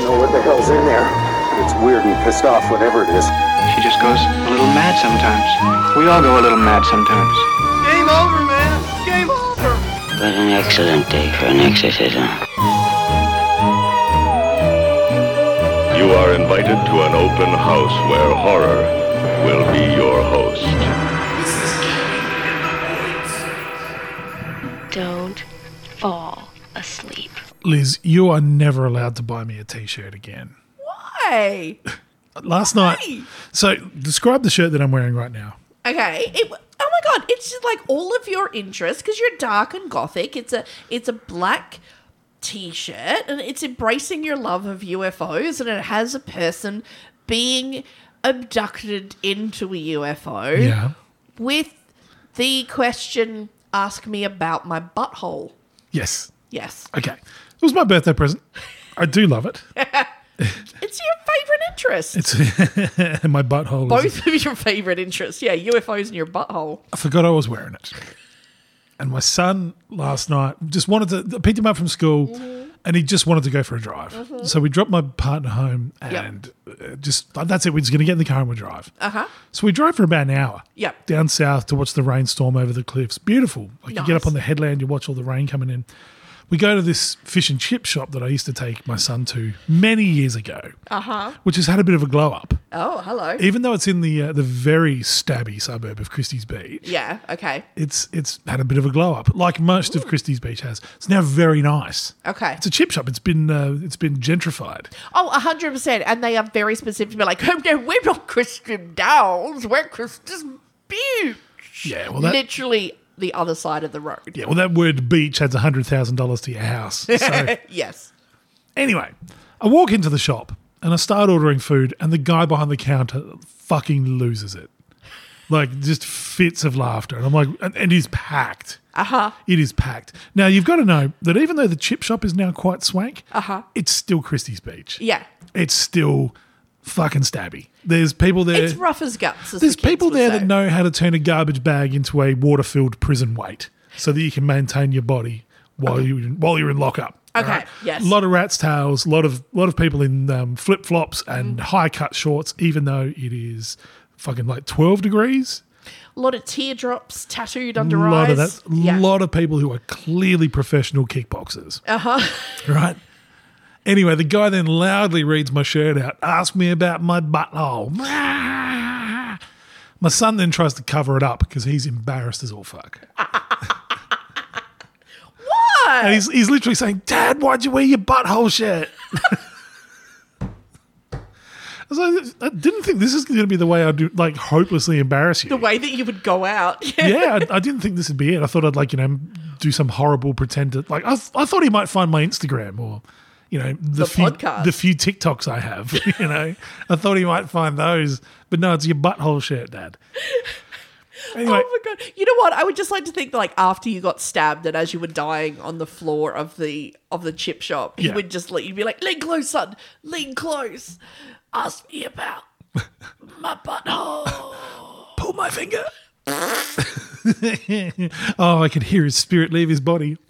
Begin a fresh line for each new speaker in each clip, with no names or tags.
is in there. It's weird and pissed off, whatever it is.
She just goes a little mad sometimes. We all go a little mad sometimes.
Game over, man. Game over.
What an excellent day for an exorcism.
You are invited to an open house where horror will be your host.
Don't fall asleep.
Liz, you are never allowed to buy me a t-shirt again.
Hey.
Last night. So describe the shirt that I'm wearing right now.
Okay. It, oh my god, it's just like all of your interests because you're dark and gothic. It's a it's a black t-shirt and it's embracing your love of UFOs and it has a person being abducted into a UFO
Yeah.
with the question ask me about my butthole.
Yes.
Yes.
Okay. It was my birthday present. I do love it.
It's your favorite interest.
It's and my butthole. is-
both of your favorite interests. Yeah, UFOs and your butthole.
I forgot I was wearing it. And my son last night just wanted to I picked him up from school and he just wanted to go for a drive. So we dropped my partner home and uh just that's it. We're just going to get in the car and we'll drive.
Uh huh.
So we drove for about an hour.
Yep.
Down south to watch the rainstorm over the cliffs. Beautiful. Like you get
Nice.
up on the headland, you watch all the rain coming in. We go to this fish and chip shop that I used to take my son to many years ago,
Uh huh.
which has had a bit of a glow up,
Oh, hello.
even though it's in the uh, the very stabby suburb of Christie's Beach.
Yeah. Okay.
It's it's had a bit of a glow up, like most of Christie's Beach has. It's now very nice.
Okay.
It's a chip shop. It's been uh, it's been gentrified.
Oh, a hundred percent. And they are very specific. They're like, oh no, we're not Christian Downs. We're Christian Beach.
Yeah, well, that-
literally the other side of the road.
Yeah, well, that word beach adds hundred thousand dollars to your house. So
Yes.
Anyway, I walk into the shop and I start ordering food, and the guy behind the counter fucking loses it. Like just fits of laughter. And I'm like, and, and he's packed. Uh
Uh-huh.
huh. It is packed. Now, you've got to know that even though the chip shop is now quite swank, uh huh. It's still Christie's Beach.
Yeah.
It's still fucking stabby. There's people there.
It's rough as guts. As
Uh, there's
the kids
people
would
there
say.
that know how to turn a garbage bag into a water filled prison weight so that you can maintain your body while you while you're in lockup.
Okay,
alright?
yes.
A lot of rat's tails, a lot of lot of people in um, flip flops and
Mm-hmm.
high cut shorts, even though it is fucking like twelve degrees.
A lot of teardrops tattooed under
a lot of
eyes.
that
yeah.
lot of people who are clearly professional kickboxers. Uh-huh. Right? Anyway, the guy then loudly reads my shirt out, asks me about my butthole. My son then tries to cover it up because he's embarrassed as all fuck.
What?
And he's, he's literally saying, Dad, why'd you wear your butthole shirt? I, was like, I didn't think this is going to be the way I do, like, hopelessly embarrass you.
The way that you would go out.
yeah, I, I didn't think this would be it. I thought I'd like you know do some horrible pretend to, like I, th- I thought he might find my Instagram or you know the,
The
few
podcast.
the few TikToks I have. You know, I thought he might find those, but no, it's your butthole shirt, Dad. Anyway,
Oh my god! You know what? I would just like to think that, like, after you got stabbed and as you were dying on the floor of the of the chip shop, he
Yeah.
would just let you be like, "Lean close, son. Lean close. Ask me about my butthole."
pull my finger. oh, I could hear his spirit leave his body.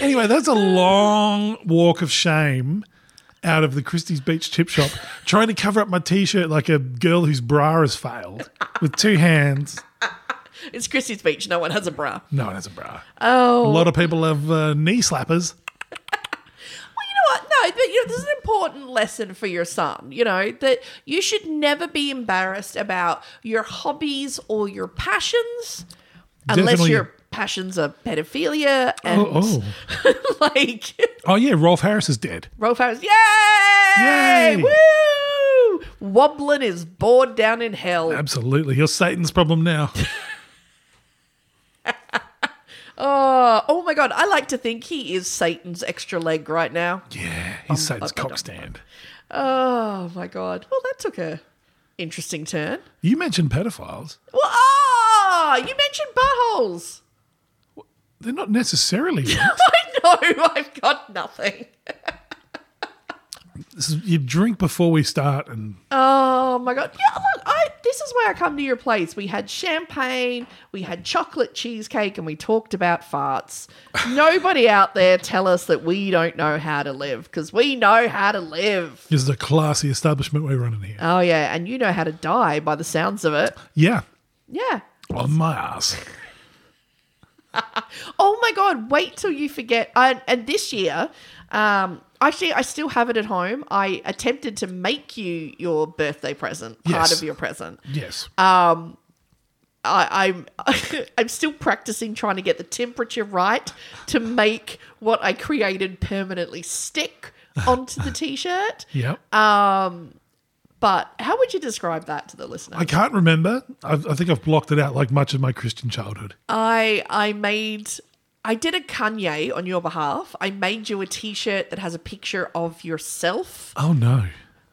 anyway, that's a long walk of shame out of the Christie's Beach chip shop, trying to cover up my t shirt like a girl whose bra has failed with two hands.
it's Christie's Beach. No one has a bra.
No one has a bra.
Oh,
A lot of people have uh, knee slappers.
Well, you know what? No, but you know, this is an important lesson for your son, you know, that you should never be embarrassed about your hobbies or your passions unless
Definitely.
your passions are pedophilia and
Oh,
like
Oh, yeah, Rolf Harris is dead.
Rolf Harris. Yay!
Yay!
Woo! Wobbling is bored down in hell.
Absolutely. You're Satan's problem now.
Oh, oh my god, I like to think he is Satan's extra leg right now.
Yeah, he's Satan's cock stand.
Oh my god. Well, that took a interesting turn.
You mentioned pedophiles.
Well, ah, you mentioned buttholes.
They're not necessarily.
I know, I've got nothing.
This is, you drink before we start, and
Oh my god! Yeah, look, I this is why I come to your place. We had champagne, we had chocolate cheesecake, and we talked about farts. Nobody out there tell us that we don't know how to live because we know how to live.
this is a classy establishment we're running here.
Oh yeah, and you know how to die by the sounds of it.
Yeah,
Yeah.
on my ass.
Oh my god! Wait till you forget. I, and this year, um, actually, I still have it at home. I attempted to make you your birthday present, part
Yes.
of your present.
Yes.
I, I'm I'm still practicing trying to get the temperature right to make what I created permanently stick onto the t-shirt.
yep.
But how would you describe that to the listener?
I can't remember. I've, I think I've blocked it out like much of my Christian childhood.
I I made I did a Kanye on your behalf. I made you a t-shirt that has a picture of yourself
Oh no,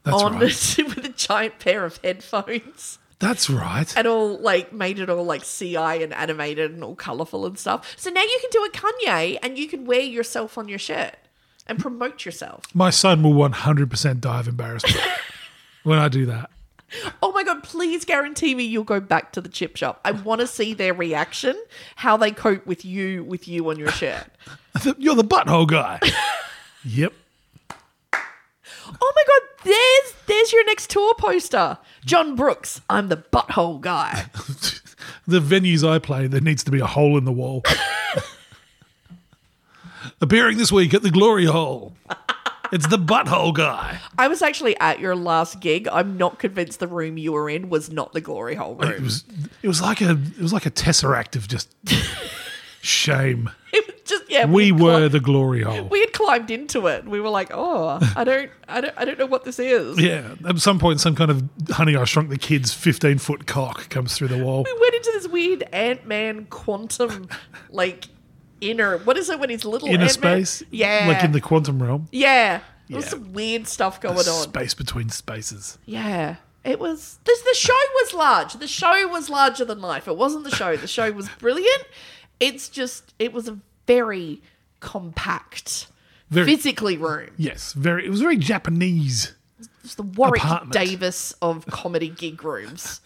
that's
on
right.
it with a giant pair of headphones.
That's right.
and all like made it all like CI and animated and all colorful and stuff. So now you can do a Kanye and you can wear yourself on your shirt and promote yourself.
My son will 100% die of embarrassment when I do that.
Oh my god, please guarantee me you'll go back to the chip shop. I want to see their reaction, how they cope with you with you on your shirt.
You're the butthole guy. yep.
Oh my god, there's there's your next tour poster. John Brooks, I'm the butthole guy.
the venues I play, there needs to be a hole in the wall. Appearing this week at the Glory Hole, it's the butthole guy.
I was actually at your last gig. I'm not convinced the room you were in was not the glory hole
It
room.
was, it was like a, it was like a tesseract of just shame.
It was just yeah,
We
we'd clo-
were the Glory Hole.
we had climbed into it. We were like, "Oh, I don't, I don't, I don't know what this is."
Yeah, at some point, some kind of honey, I shrunk the kid's 15 foot cock comes through the wall.
We went into this weird Ant Man quantum, like inner. What is it when he's little?
Inner
Ant-Man?
space?
Yeah,
Like in the quantum realm.
yeah. There was
Yeah.
some weird stuff going on.
Space between spaces.
Yeah. It was this the show was large. The show was larger than life. It wasn't the show. The show was brilliant. It's just it was a very compact
Very-
physically room.
Yes, very. It was very Japanese.
It's the Warwick
Apartment.
Davis of comedy gig rooms.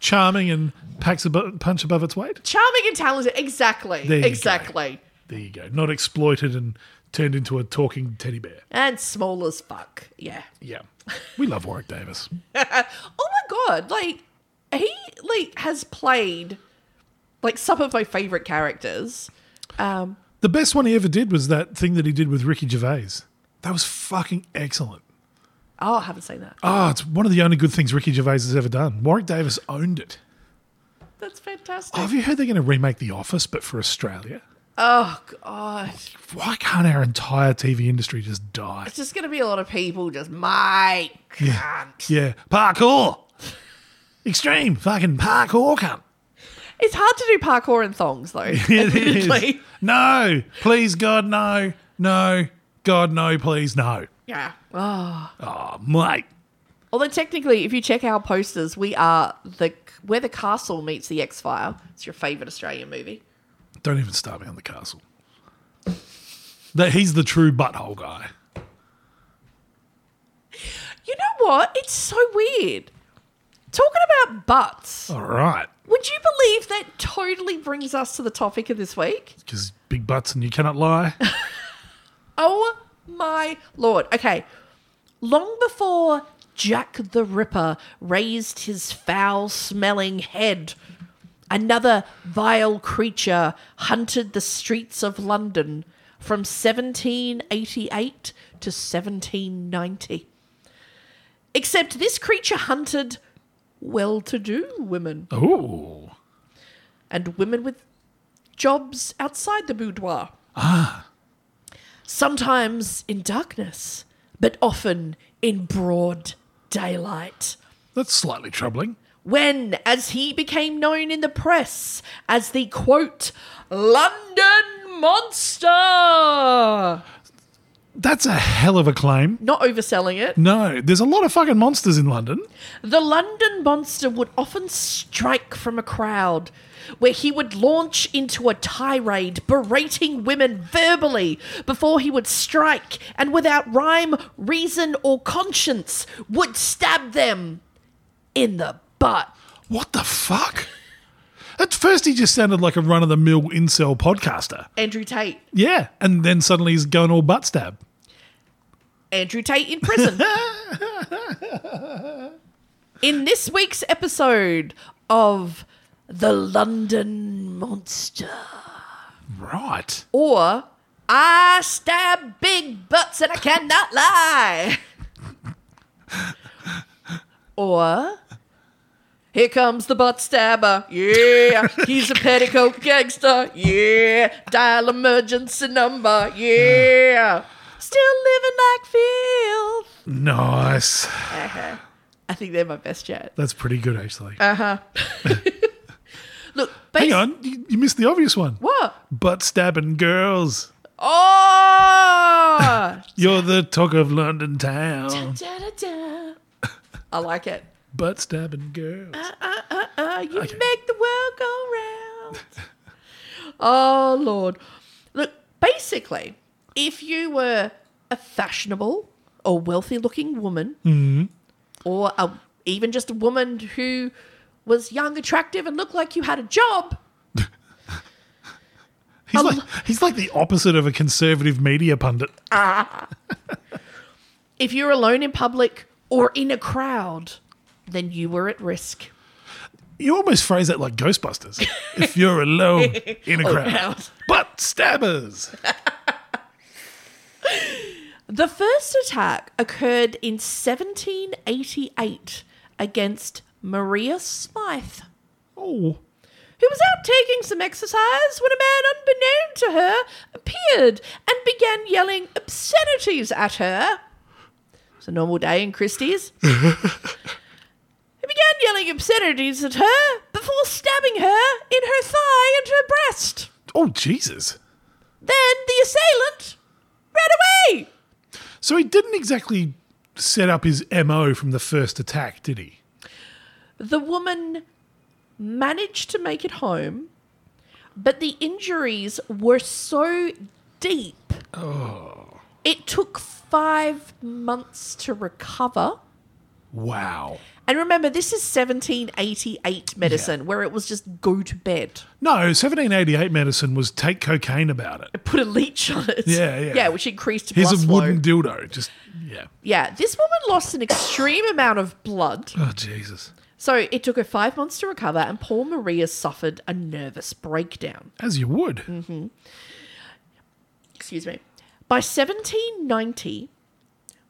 charming and packs a bu- punch above its weight.
Charming and talented. Exactly.
There you go.
exactly.
There you go. Not exploited and turned into a talking teddy bear.
And small as fuck. Yeah.
Yeah. We love Warwick Davis.
Oh my god. Like he like has played like some of my favorite characters. Um
The best one he ever did was that thing that he did with Ricky Gervais. That was fucking excellent.
oh, I haven't seen that.
Ah, it's one of the only good things Ricky Gervais has ever done. Warwick Davis owned it.
That's fantastic.
Oh, have you heard they're going to remake The Office, but for Australia?
Oh god.
Why can't our entire TV industry just die?
It's just gonna be a lot of people just Mike cunt."
Yeah, parkour, extreme, fucking parkour, cunt.
It's hard to do parkour in thongs though.
It is.
admittedly.
No, please, God, no, no, God, no, please, no.
Yeah. Oh.
Oh, mate,
Although technically, if you check our posters, we are the where the castle meets the X File. It's your favorite Australian movie.
don't even start me on the castle. That he's the true butthole guy.
You know what? It's so weird. Talking about butts,
All right,
would you believe that totally brings us to the topic of this week?
because big butts and you cannot lie.
Oh my lord. Okay. Long before Jack the Ripper raised his foul smelling head, another vile creature hunted the streets of London from 1788 to 1790. Except this creature hunted well to do women
Ooh,
and women with jobs outside the boudoir. Ah. Sometimes in darkness, but often in broad daylight.
that's slightly troubling.
When, as he became known in the press as the quote, London Monster.
That's a hell of a claim.
Not overselling it.
No, there's a lot of fucking monsters in London.
The London monster would often strike from a crowd, where he would launch into a tirade, berating women verbally before he would strike, and without rhyme, reason, or conscience, would stab them in the butt.
What the fuck? At first, he just sounded like a run of the mill incel podcaster.
Andrew Tate.
Yeah, and then suddenly he's going all butt stab.
Andrew Tate in prison.
Ah.
in this week's episode of The London Monster,
Right.
or I stab big butts and I cannot lie, or Here comes the butt stabber, yeah. He's a petticoat gangster, yeah. Dial emergency number, yeah. Still living like filth.
Nice.
I think they're my best chat. Uh-huh.
That's pretty good, actually.
Look,
Hang
base-
on, you, you missed the obvious one.
What?
Butt stabbing girls.
Oh!
You're the talk of London town.
Da, da, da. I like it.
Butt stabbing girls.
Uh, you make the world go round. oh, Lord. Look, basically, if you were a fashionable or wealthy looking woman,
Mm-hmm.
or a, even just a woman who was young, attractive, and looked like you had a job,
He's like, he's like the opposite of a conservative media pundit.
if you're alone in public or in a crowd, then you were at risk.
You almost phrase that like Ghostbusters. if you're alone in a crowd.
crowd.
Butt stabbers.
The first attack occurred in 1788 against Maria Smythe,
Oh,
who was out taking some exercise when a man unbeknown to her appeared and began yelling obscenities at her. It's a normal day in Christie's. he began yelling obscenities at her before stabbing her in her thigh and her breast.
oh, Jesus.
Then the assailant ran away.
So he didn't exactly set up his MO from the first attack, did he?
The woman managed to make it home, but the injuries were so deep.
Oh.
It took five months to recover.
Wow.
And remember, this is 1788 medicine, where it was just go to bed,
No, 1788 medicine was take cocaine about it.
put a leech on it.
Yeah, yeah.
Yeah, which increased blood
Here's a
flow.
wooden dildo. Just, yeah.
yeah, this woman lost an extreme amount of blood.
Oh, Jesus.
So it took her five months to recover, and poor Maria suffered a nervous breakdown.
As you would.
excuse me. By 1790,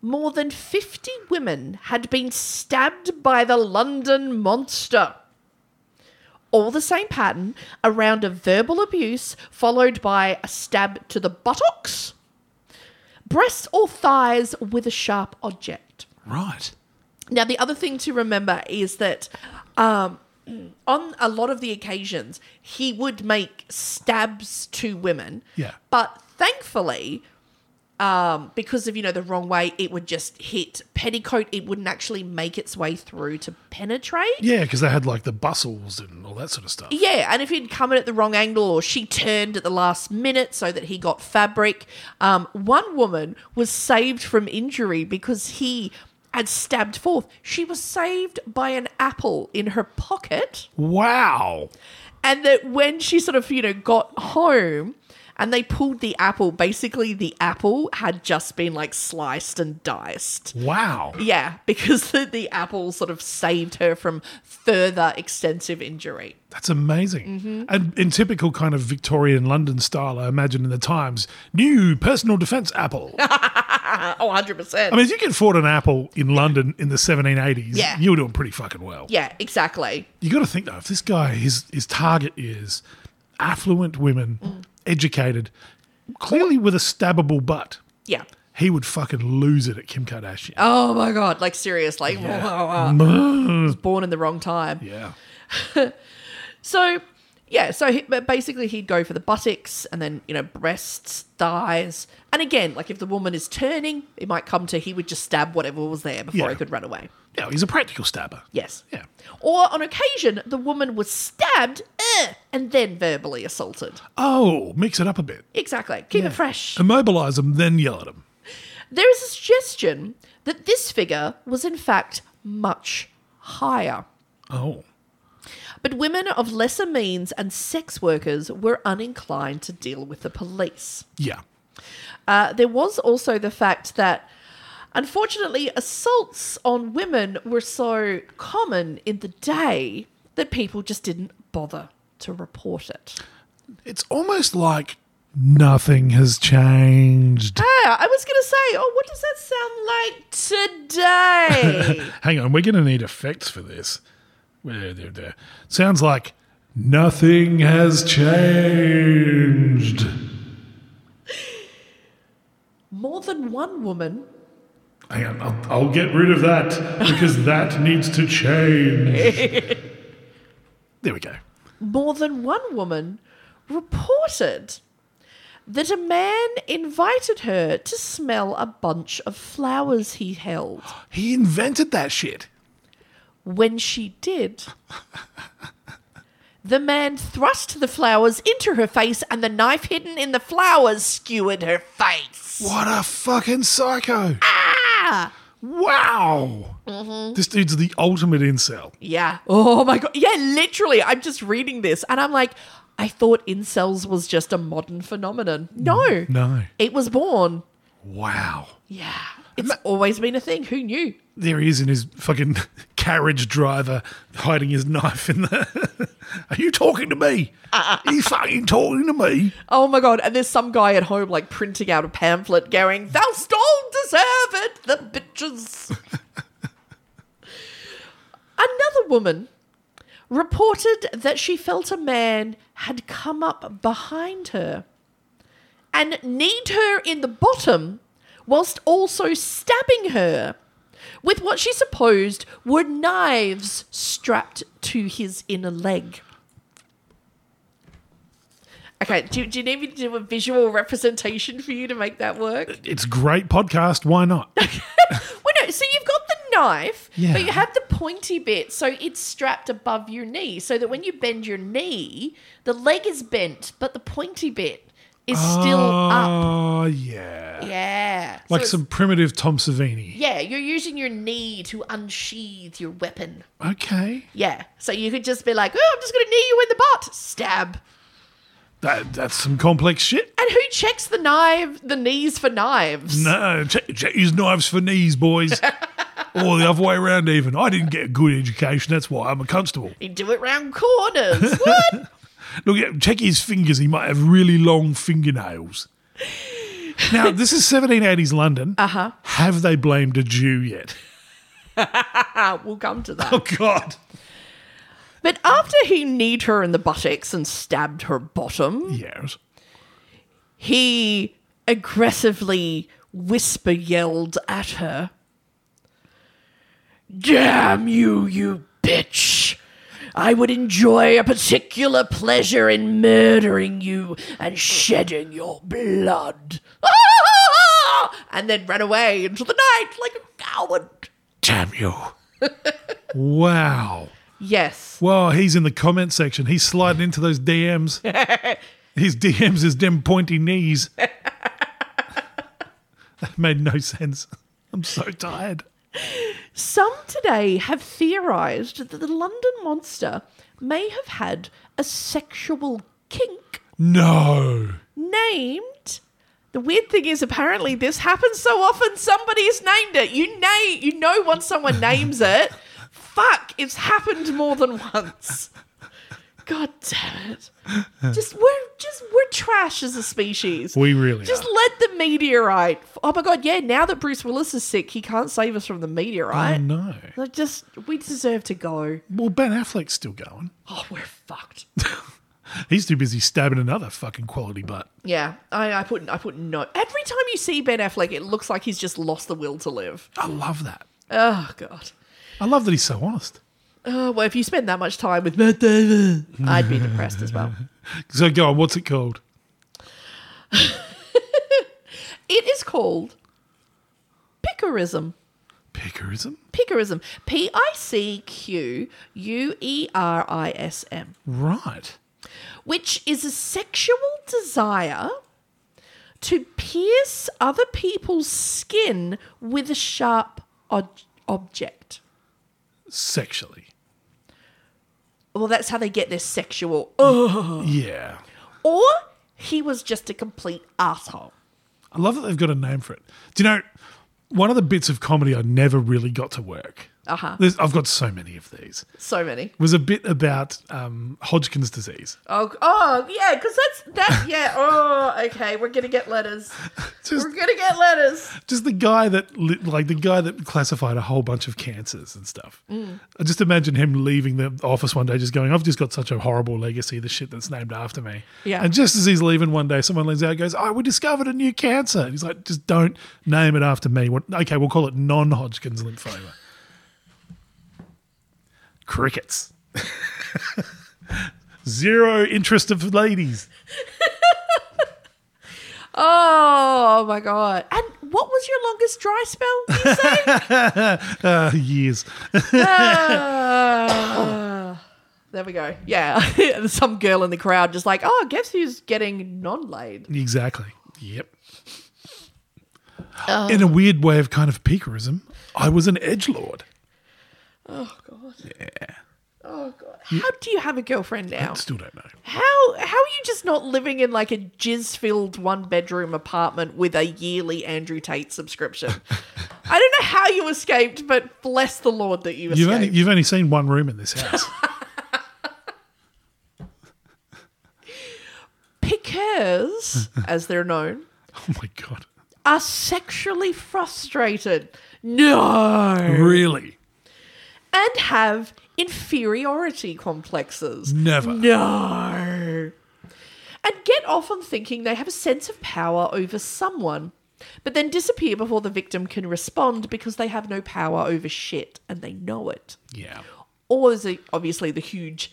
more than 50 women had been stabbed by the London monster. All the same pattern around a verbal abuse followed by a stab to the buttocks, breasts, or thighs with a sharp object.
Right.
Now, the other thing to remember is that um, on a lot of the occasions, he would make stabs to women.
Yeah.
But thankfully, um, because of, you know, the wrong way, it would just hit petticoat. It wouldn't actually make its way through to penetrate.
Yeah, because they had like the bustles and all that sort of stuff.
Yeah, and if he'd come in at the wrong angle or she turned at the last minute so that he got fabric, um, one woman was saved from injury because he had stabbed forth. She was saved by an apple in her pocket,
Wow.
and that when she sort of, you know, got home and they pulled the apple, basically the apple had just been like sliced and diced.
Wow.
Yeah, because the, the apple sort of saved her from further extensive injury.
That's amazing.
Mm-hmm.
And in typical kind of Victorian London style, I imagine in the Times, new personal defense apple.
Oh, 100%.
I mean, if you could afford an apple in London in the 1780s,
Yeah.
you were doing pretty fucking well.
Yeah, exactly.
You got to think, though, if this guy, his, his target is affluent women,
Mm.
educated, clearly with a stabbable butt,
Yeah.
he would fucking lose it at Kim Kardashian.
Oh my god! Like seriously, Mm. Oh. I was born in the wrong time.
Yeah.
So Yeah, so he, but basically he'd go for the buttocks and then, you know, breasts, thighs. And again, like if the woman is turning, it might come to he would just stab whatever was there before
Yeah.
he could run away.
Yeah, he's a practical stabber.
Yes.
Yeah.
Or on occasion, the woman was stabbed eh, and then verbally assaulted.
Oh, mix it up a bit.
Exactly. Keep it fresh.
Immobilize them, then yell at them.
There is a suggestion that this figure was in fact much higher.
Oh.
But women of lesser means and sex workers were uninclined to deal with the police.
Yeah.
Uh, there was also the fact that, unfortunately, assaults on women were so common in the day that people just didn't bother to report it.
It's almost like nothing has changed.
Yeah, Ah, I was going to say, oh, what does that sound like today?
Hang on, we're going to need effects for this. Where there, there. Sounds like nothing has changed.
More than one woman.
Hang on, I'll, I'll get rid of that because that needs to change. there we go.
more than one woman reported that a man invited her to smell a bunch of flowers he held.
He invented that shit.
When she did, the man thrust the flowers into her face and the knife hidden in the flowers skewered her face.
What a fucking psycho. Ah! Wow.
Mm-hmm.
This dude's the ultimate incel.
Yeah. Oh my god. Yeah, literally. I'm just reading this and I'm like, I thought incels was just a modern phenomenon. No.
No.
It was born.
Wow.
Yeah. It's always been a thing. Who knew?
There he is in his fucking carriage driver hiding his knife in the. Are you talking to me?
Uh-uh.
Are you fucking talking to me?
Oh my god, and there's some guy at home like printing out a pamphlet going, Thou don't deserve it, the bitches. Another woman reported that she felt a man had come up behind her and kneed her in the bottom whilst also stabbing her with what she supposed were knives strapped to his inner leg. Okay, do, do you need me to do a visual representation for you to make that work?
It's great podcast. Why not?
Well, no, so you've got the knife,
Yeah.
but you have the pointy bit, so it's strapped above your knee, so that when you bend your knee, the leg is bent, but the pointy bit is still up.
Oh, yeah.
Yeah. So
Like
it's-
some primitive Tom Savini.
Yeah, you're using your knee to unsheath your weapon.
Okay.
Yeah. So you could just be like, oh, I'm just going to knee you in the butt. Stab.
That, that's some complex shit.
And who checks the knife, the knees for knives?
No, Uh, check, check his knives for knees, boys. or the other way around, even. I didn't get a good education. That's why I'm a constable.
You do it round corners. What?
Look at check his fingers. He might have really long fingernails. Now, this is 1780s London. Uh huh. Have they blamed a Jew yet?
Ah, we'll come to that.
Oh, God.
But after he kneed her in the buttocks and stabbed her bottom,
Yes.
he aggressively whisper yelled at her Damn you, you bitch! I would enjoy a particular pleasure in murdering you and shedding your blood. Ah! And then ran away into the night like a coward.
Damn you. wow.
Yes.
Well, he's in the comment section. He's sliding into those DMs. His DMs is them pointy knees. that made no sense. I'm so tired.
Some today have theorized that the London monster may have had a sexual kink
No.
named. The weird thing is, apparently, this happens so often. Somebody's named it. You name, you know, once someone names it, fuck, it's happened more than once. God damn it! Just we're just we're trash as a species.
We really
just
are.
let the meteorite. Oh my god, yeah. Now that Bruce Willis is sick, he can't save us from the
I
meteorite.
know.
Like, just we deserve to go.
Well, Ben Affleck's still going.
Oh, we're fucked.
He's too busy stabbing another fucking quality butt.
Yeah, I, I put I put no. Every time you see Ben Affleck, it looks like he's just lost the will to live.
I love that.
Oh God.
I love that he's so honest.
Oh, well, if you spend that much time with Matt Damon, I'd be depressed as well.
So go on. What's it called?
It is called Pickerism.
Pickerism.
Pickerism. P I C Q U E R I S M.
Right.
which is a sexual desire to pierce other people's skin with a sharp ob- object.
Sexually.
Well, that's how they get their sexual. Ugh.
Yeah.
Or he was just a complete asshole.
I love that they've got a name for it. Do you know one of the bits of comedy I never really got to work?
Uh-huh.
There's, I've got so many of these.
So many.
Was a bit about um, Hodgkin's disease.
Oh, oh yeah, because that's that. Yeah. Oh, okay. We're gonna get letters.
Just-
We're gonna get letters.
Just the guy that li- like the guy that classified a whole bunch of cancers and stuff. I just imagine him leaving the office one day, just going, "I've just got such a horrible legacy. The shit that's named after me."
Yeah.
And just as he's leaving one day, someone leans out and goes, "Oh, we discovered a new cancer." And he's like, "Just don't name it after me. What, okay, we'll call it non-Hodgkin's lymphoma." Crickets. Zero interest of ladies.
Oh my god. And what was your longest dry spell? You say?
Uh, years.
Ah. there we go. Yeah. There's Some girl in the crowd just like, oh, guess who's getting non laid?
Exactly. Yep. In a weird way of kind of peakerism, I was an edge lord.
Oh, God. How do you have a girlfriend now?
Still don't know.
How, how are you just not living in like a jizz filled one bedroom apartment with a yearly Andrew Tate subscription? I don't know how you escaped, but bless the Lord that you escaped.
You've only, you've only seen one room in this house.
Piqueurs, as they're known,
oh my god!
are sexually frustrated. No.
Really?
and have inferiority complexes.
Never.
No. And get off on thinking they have a sense of power over someone, but then disappear before the victim can respond because they have no power over shit and they know it.
Yeah.
Or there's the- obviously the huge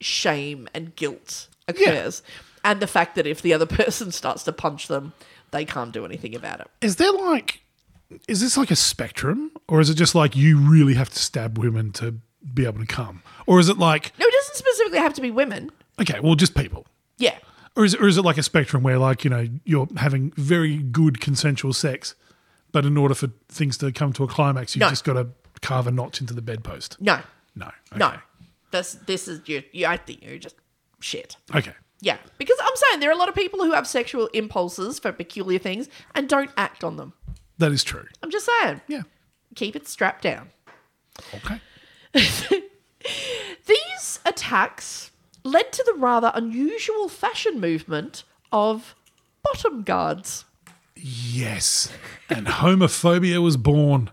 shame and guilt occurs, and the fact that if the other person starts to punch them, they can't do anything about it.
Is there like, is this like a spectrum, or is it just like you really have to stab women to be able to come, or is it like
No, it doesn't specifically have to be women.
okay, well, just people?
Yeah.
Or is, it, or is it like a spectrum where, like, you know, you're having very good consensual sex, but in order for things to come to a climax, you've
No.
just got to carve a notch into the bedpost?
No.
No.
No,
Okay.
this this is you. you I think you're just shit.
Okay.
Yeah, because I'm saying there are a lot of people who have sexual impulses for peculiar things and don't act on them.
That is true.
I'm just saying,
Yeah.
keep it strapped down.
Okay.
These attacks led to the rather unusual fashion movement of bottom guards.
Yes. And homophobia was born.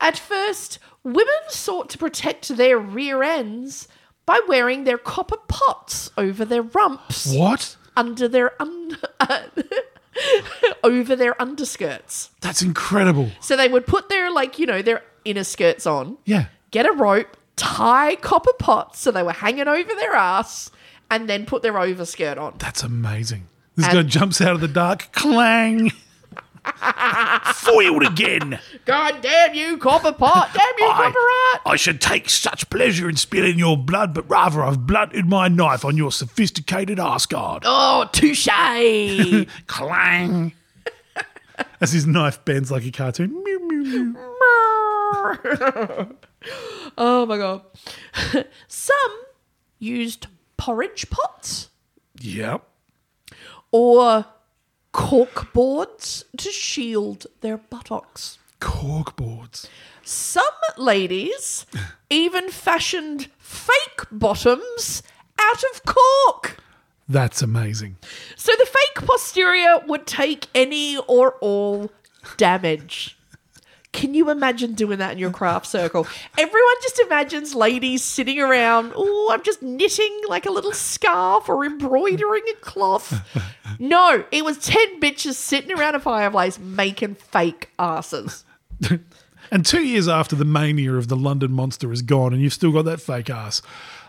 At first, women sought to protect their rear ends by wearing their copper pots over their rumps.
What?
under their un- over their underskirts.
That's incredible.
So they would put their like you know their inner skirts on,
Yeah.
get a rope, tie copper pots so they were hanging over their ass, and then put their overskirt on.
That's amazing. This
And-
guy jumps out of the dark. Clang. Foiled again.
God damn you, copper pot! Damn you, copper art!
I should take such pleasure in spilling your blood, but rather I've blunted my knife on your sophisticated ass guard.
Oh, touche!
Clang. As his knife bends like a cartoon. Mew, mew, mew.
oh my god. Some used porridge pots.
Yep.
or cork boards to shield their buttocks.
Corkboards.
Some ladies even fashioned fake bottoms out of cork.
That's amazing.
So the fake posterior would take any or all damage. Can you imagine doing that in your craft circle? Everyone just imagines ladies sitting around, oh, I'm just knitting like a little scarf or embroidering a cloth. No, it was 10 bitches sitting around a fireplace making fake asses.
And two years after the mania of the London monster is gone, and you've still got that fake ass,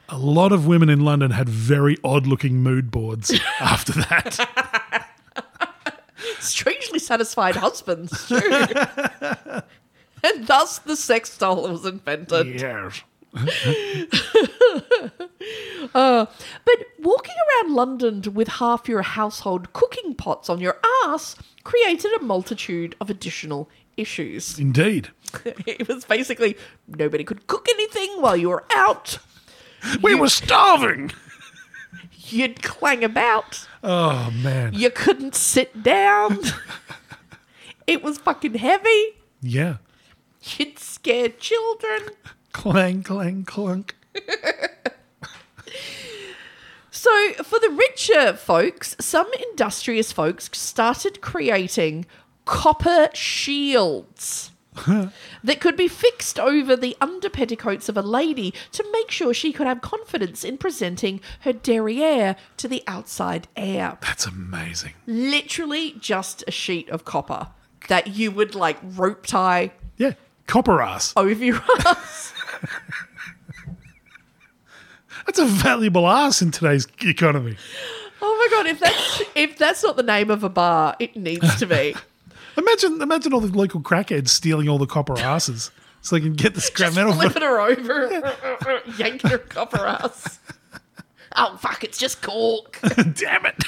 a lot of women in London had very odd looking mood boards after that.
Strangely satisfied husbands, too. and thus the sex doll was invented.
yes.
But walking around London with half your household cooking pots on your ass created a multitude of additional issues.
Indeed.
it was basically nobody could cook anything while you were out.
We were starving.
You'd clang about.
Oh, man.
You couldn't sit down. it was fucking heavy.
Yeah.
You'd scare children.
Clang, clang, clunk.
So, for the richer folks, some industrious folks started creating copper shields that could be fixed over the under petticoats of a lady to make sure she could have confidence in presenting her derriere to the outside air.
That's amazing.
Literally just a sheet of copper that you would like rope tie
Yeah. Copper ass.
over your ass.
That's a valuable ass in today's economy.
oh my god, if that's if that's not the name of a bar, it needs to be.
Imagine imagine all the local crackheads stealing all the copper asses so they can get the scrap metal.
Just flipping her over, yanking her copper ass. Oh fuck! It's just cork.
Damn it.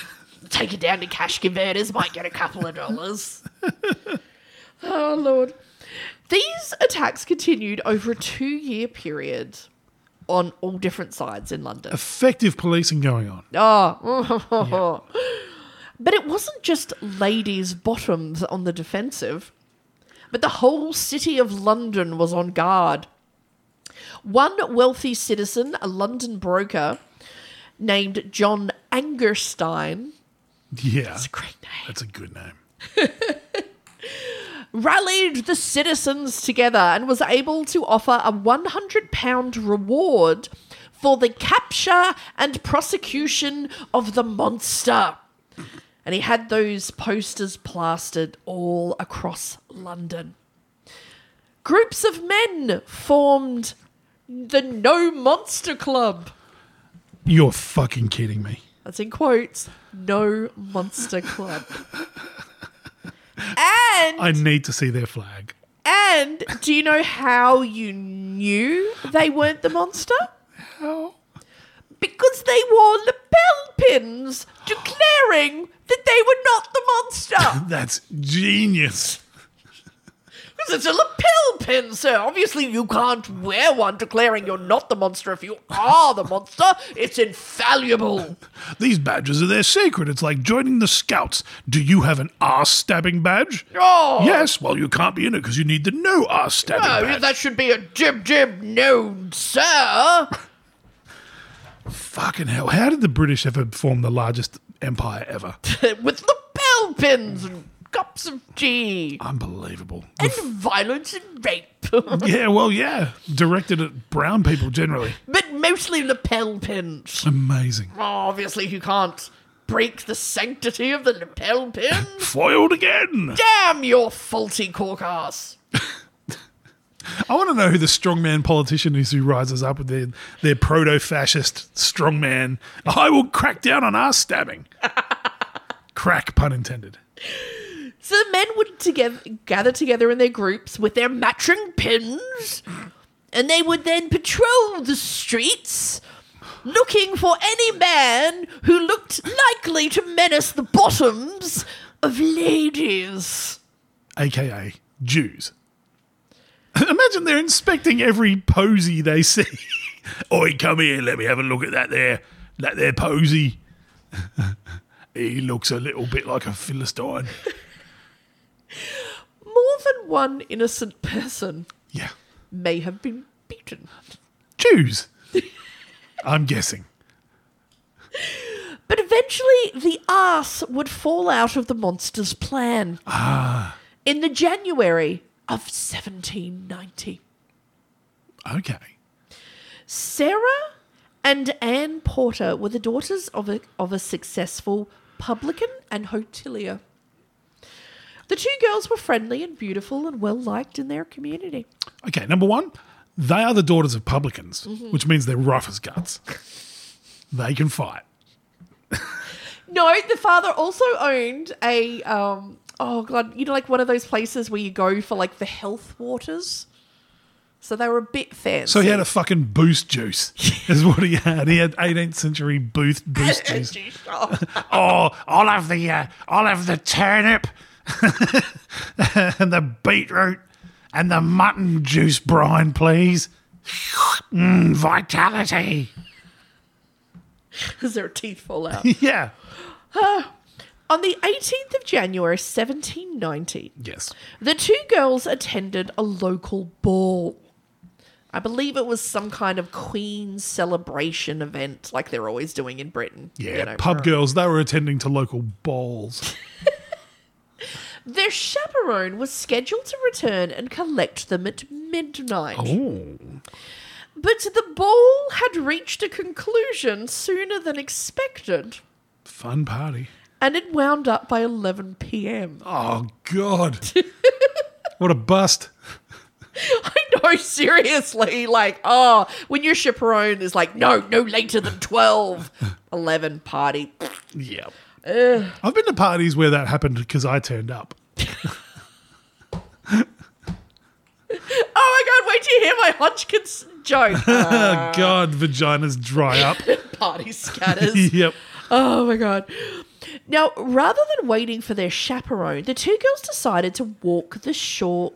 Take it down to cash converters. Might get a couple of dollars. oh lord! These attacks continued over a two-year period on all different sides in London.
Effective policing going on.
Oh. but it wasn't just ladies' bottoms on the defensive, but the whole city of London was on guard. One wealthy citizen, a London broker named John Angerstein,
Yeah.
great name,
That's a good name.
rallied the citizens together and was able to offer a £100 reward for the capture and prosecution of the monster. And he had those posters plastered all across London. Groups of men formed the No Monster Club.
You're fucking kidding me.
That's in quotes. No Monster Club. And
I need to see their flag.
And do you know how you knew they weren't the monster?
Oh.
Because they wore lapel pins declaring that they were not the monster.
That's genius.
Because it's a lapel pin, sir. Obviously, you can't wear one declaring you're not the monster. If you are the monster, it's infallible.
These badges are their secret. It's like joining the scouts. Do you have an ass stabbing badge?
Oh.
Yes. Well, you can't be in it because you need the no ass stabbing
No,
badge.
that should be a jib jib no, sir.
Fucking hell. How did the British ever form the largest empire ever?
With lapel pins and cups of tea
Unbelievable.
and violence and rape.
yeah, well, yeah. Directed at brown people generally.
but mostly lapel pins.
Um, Amazing.
Obviously, you can't break the sanctity of the lapel pin.
Foiled again.
Damn your faulty cork ass.
I want to know who the strongman politician is who rises up with their, their proto fascist strongman. I will crack down on ass stabbing. crack, pun intended.
So the men would together, gather together in their groups with their matching pins, and they would then patrol the streets looking for any man who looked likely to menace the bottoms of ladies.
AKA Jews. Imagine they're inspecting every posy they see. Oi, come here, let me have a look at that there. That there posy. he looks a little bit like a Philistine.
More than one innocent person
Yeah.
may have been beaten.
Jews. I'm guessing.
But eventually, the ass would fall out of the monster's plan. Ah. In the January of 1790,
Okay.
Sarah and Anne Porter were the daughters of a, of a successful publican and hotelier. The two girls were friendly and beautiful and well liked in their community.
Okay, number one, they are the daughters of publicans, which means they're rough as guts. they can fight.
No, the father also owned a um oh god, you know like one of those places where you go for like the health waters. So they were a bit fancy.
So he had a fucking boost juice, is what he had. He had 18th century booth boost juice.
Oh,
Oh, I'll have the uh, I'll have the turnip and the beetroot and the mutton juice brine, please. Mm, vitality.
as their teeth fall out.
Yeah.
On the 18th of January 1790,
Yes.
the two girls attended a local ball. I believe it was some kind of queen celebration event like they're always doing in Britain.
Yeah.
you know,
Pub
for-
girls, they were attending to local balls.
Their chaperone was scheduled to return and collect them at midnight.
Oh. Ooh.
But the ball had reached a conclusion sooner than expected,
Fun party.
and it wound up by 11 p.m.
Oh God. what a bust.
I know, seriously. Like, oh, when your chaperone is like, no, no later than 12, 11 party. Oh
Yeah. I've been to parties where that happened because I turned up.
Oh my God, wait till you hear my Hodgkin's joke. Uh,
oh God, vaginas dry up.
party scatters.
yep.
Oh my god. Now, rather than waiting for their chaperone, the two girls decided to walk the short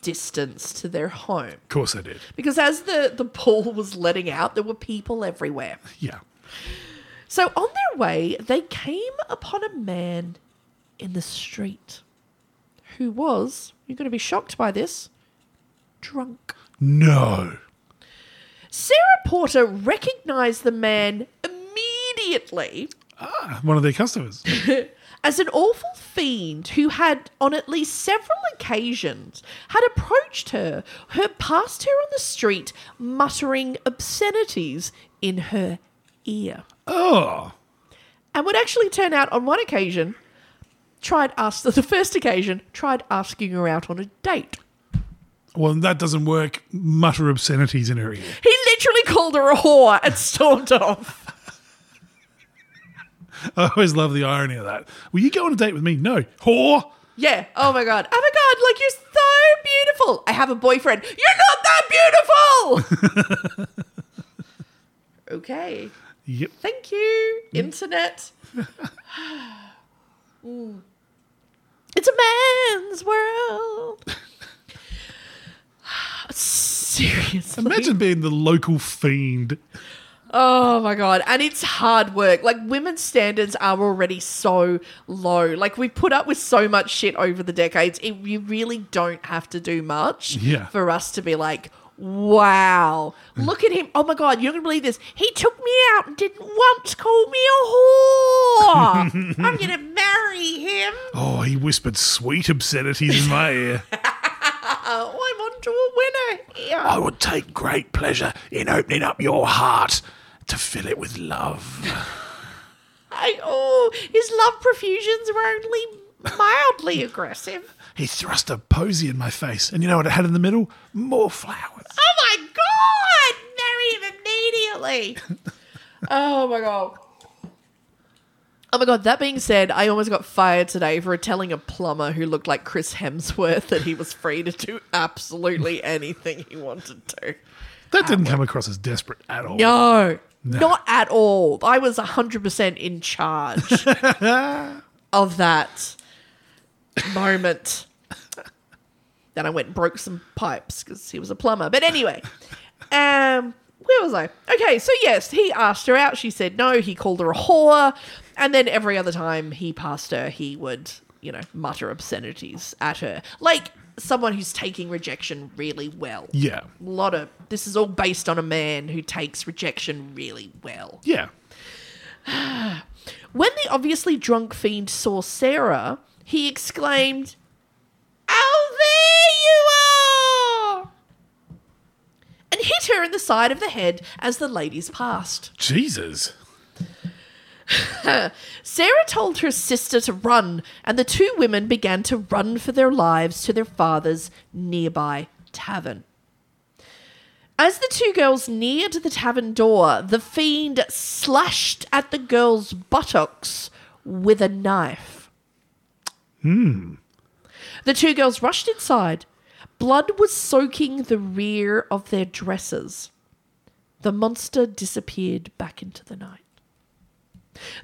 distance to their home
Of course I did.
because as the the pool was letting out, there were people everywhere.
Yeah.
So on their way, they came upon a man in the street who was, you're going to be shocked by this, drunk.
No.
Sarah Porter recognized the man immediately
Ah, One of their customers.
as an awful fiend who had, on at least several occasions, had approached her, her passed her on the street, muttering obscenities in her ear,
Oh.
and would actually turn out on one occasion, tried ask the first occasion tried asking her out on a date.
Well, that doesn't work. Mutter obscenities in her ear.
He literally called her a whore and stormed off.
I always love the irony of that. Will you go on a date with me? No. Whore.
Yeah. Oh my god. Oh my god. Like you're so beautiful. I have a boyfriend. You're not that beautiful. okay.
Yep.
Thank you, internet. Mm. It's a man's world. Seriously.
Imagine being the local fiend.
Oh my god. And it's hard work. Like women's standards are already so low. Like we've put up with so much shit over the decades. It, you really don't have to do much
Yeah.
for us to be like, wow, look at him. Oh my god, you're gonna believe this. He took me out and didn't once call me a whore. I'm gonna marry him.
Oh, he whispered sweet obscenities in my ear.
Oh, I'm onto a winner here.
I would take great pleasure in opening up your heart to fill it with love.
I, oh, his love profusions were only mildly aggressive.
He thrust a posy in my face, and you know what it had in the middle? More flowers.
Oh my god! Marry him immediately. oh my god. Oh my god, that being said, I almost got fired today for telling a plumber who looked like Chris Hemsworth that he was free to do absolutely anything he wanted to.
That didn't come across as desperate at all.
No, not at all. I was 100% in charge of that moment. then I went and broke some pipes because he was a plumber. But anyway, um, where was I? Okay, so yes, he asked her out. She said no. He called her a whore. And then every other time he passed her, he would, you know, mutter obscenities at her. Like someone who's taking rejection really well
Yeah.
lot of this is all based on a man who takes rejection really well.
Yeah.
When the obviously drunk fiend saw Sarah, he exclaimed, "Oh, there you are!" and hit her in the side of the head as the ladies passed.
Jesus.
Sarah told her sister to run, and the two women began to run for their lives to their father's nearby tavern. As the two girls neared the tavern door, the fiend slashed at the girls' buttocks with a knife. Hmm. The two girls rushed inside. Blood was soaking the rear of their dresses. The monster disappeared back into the night.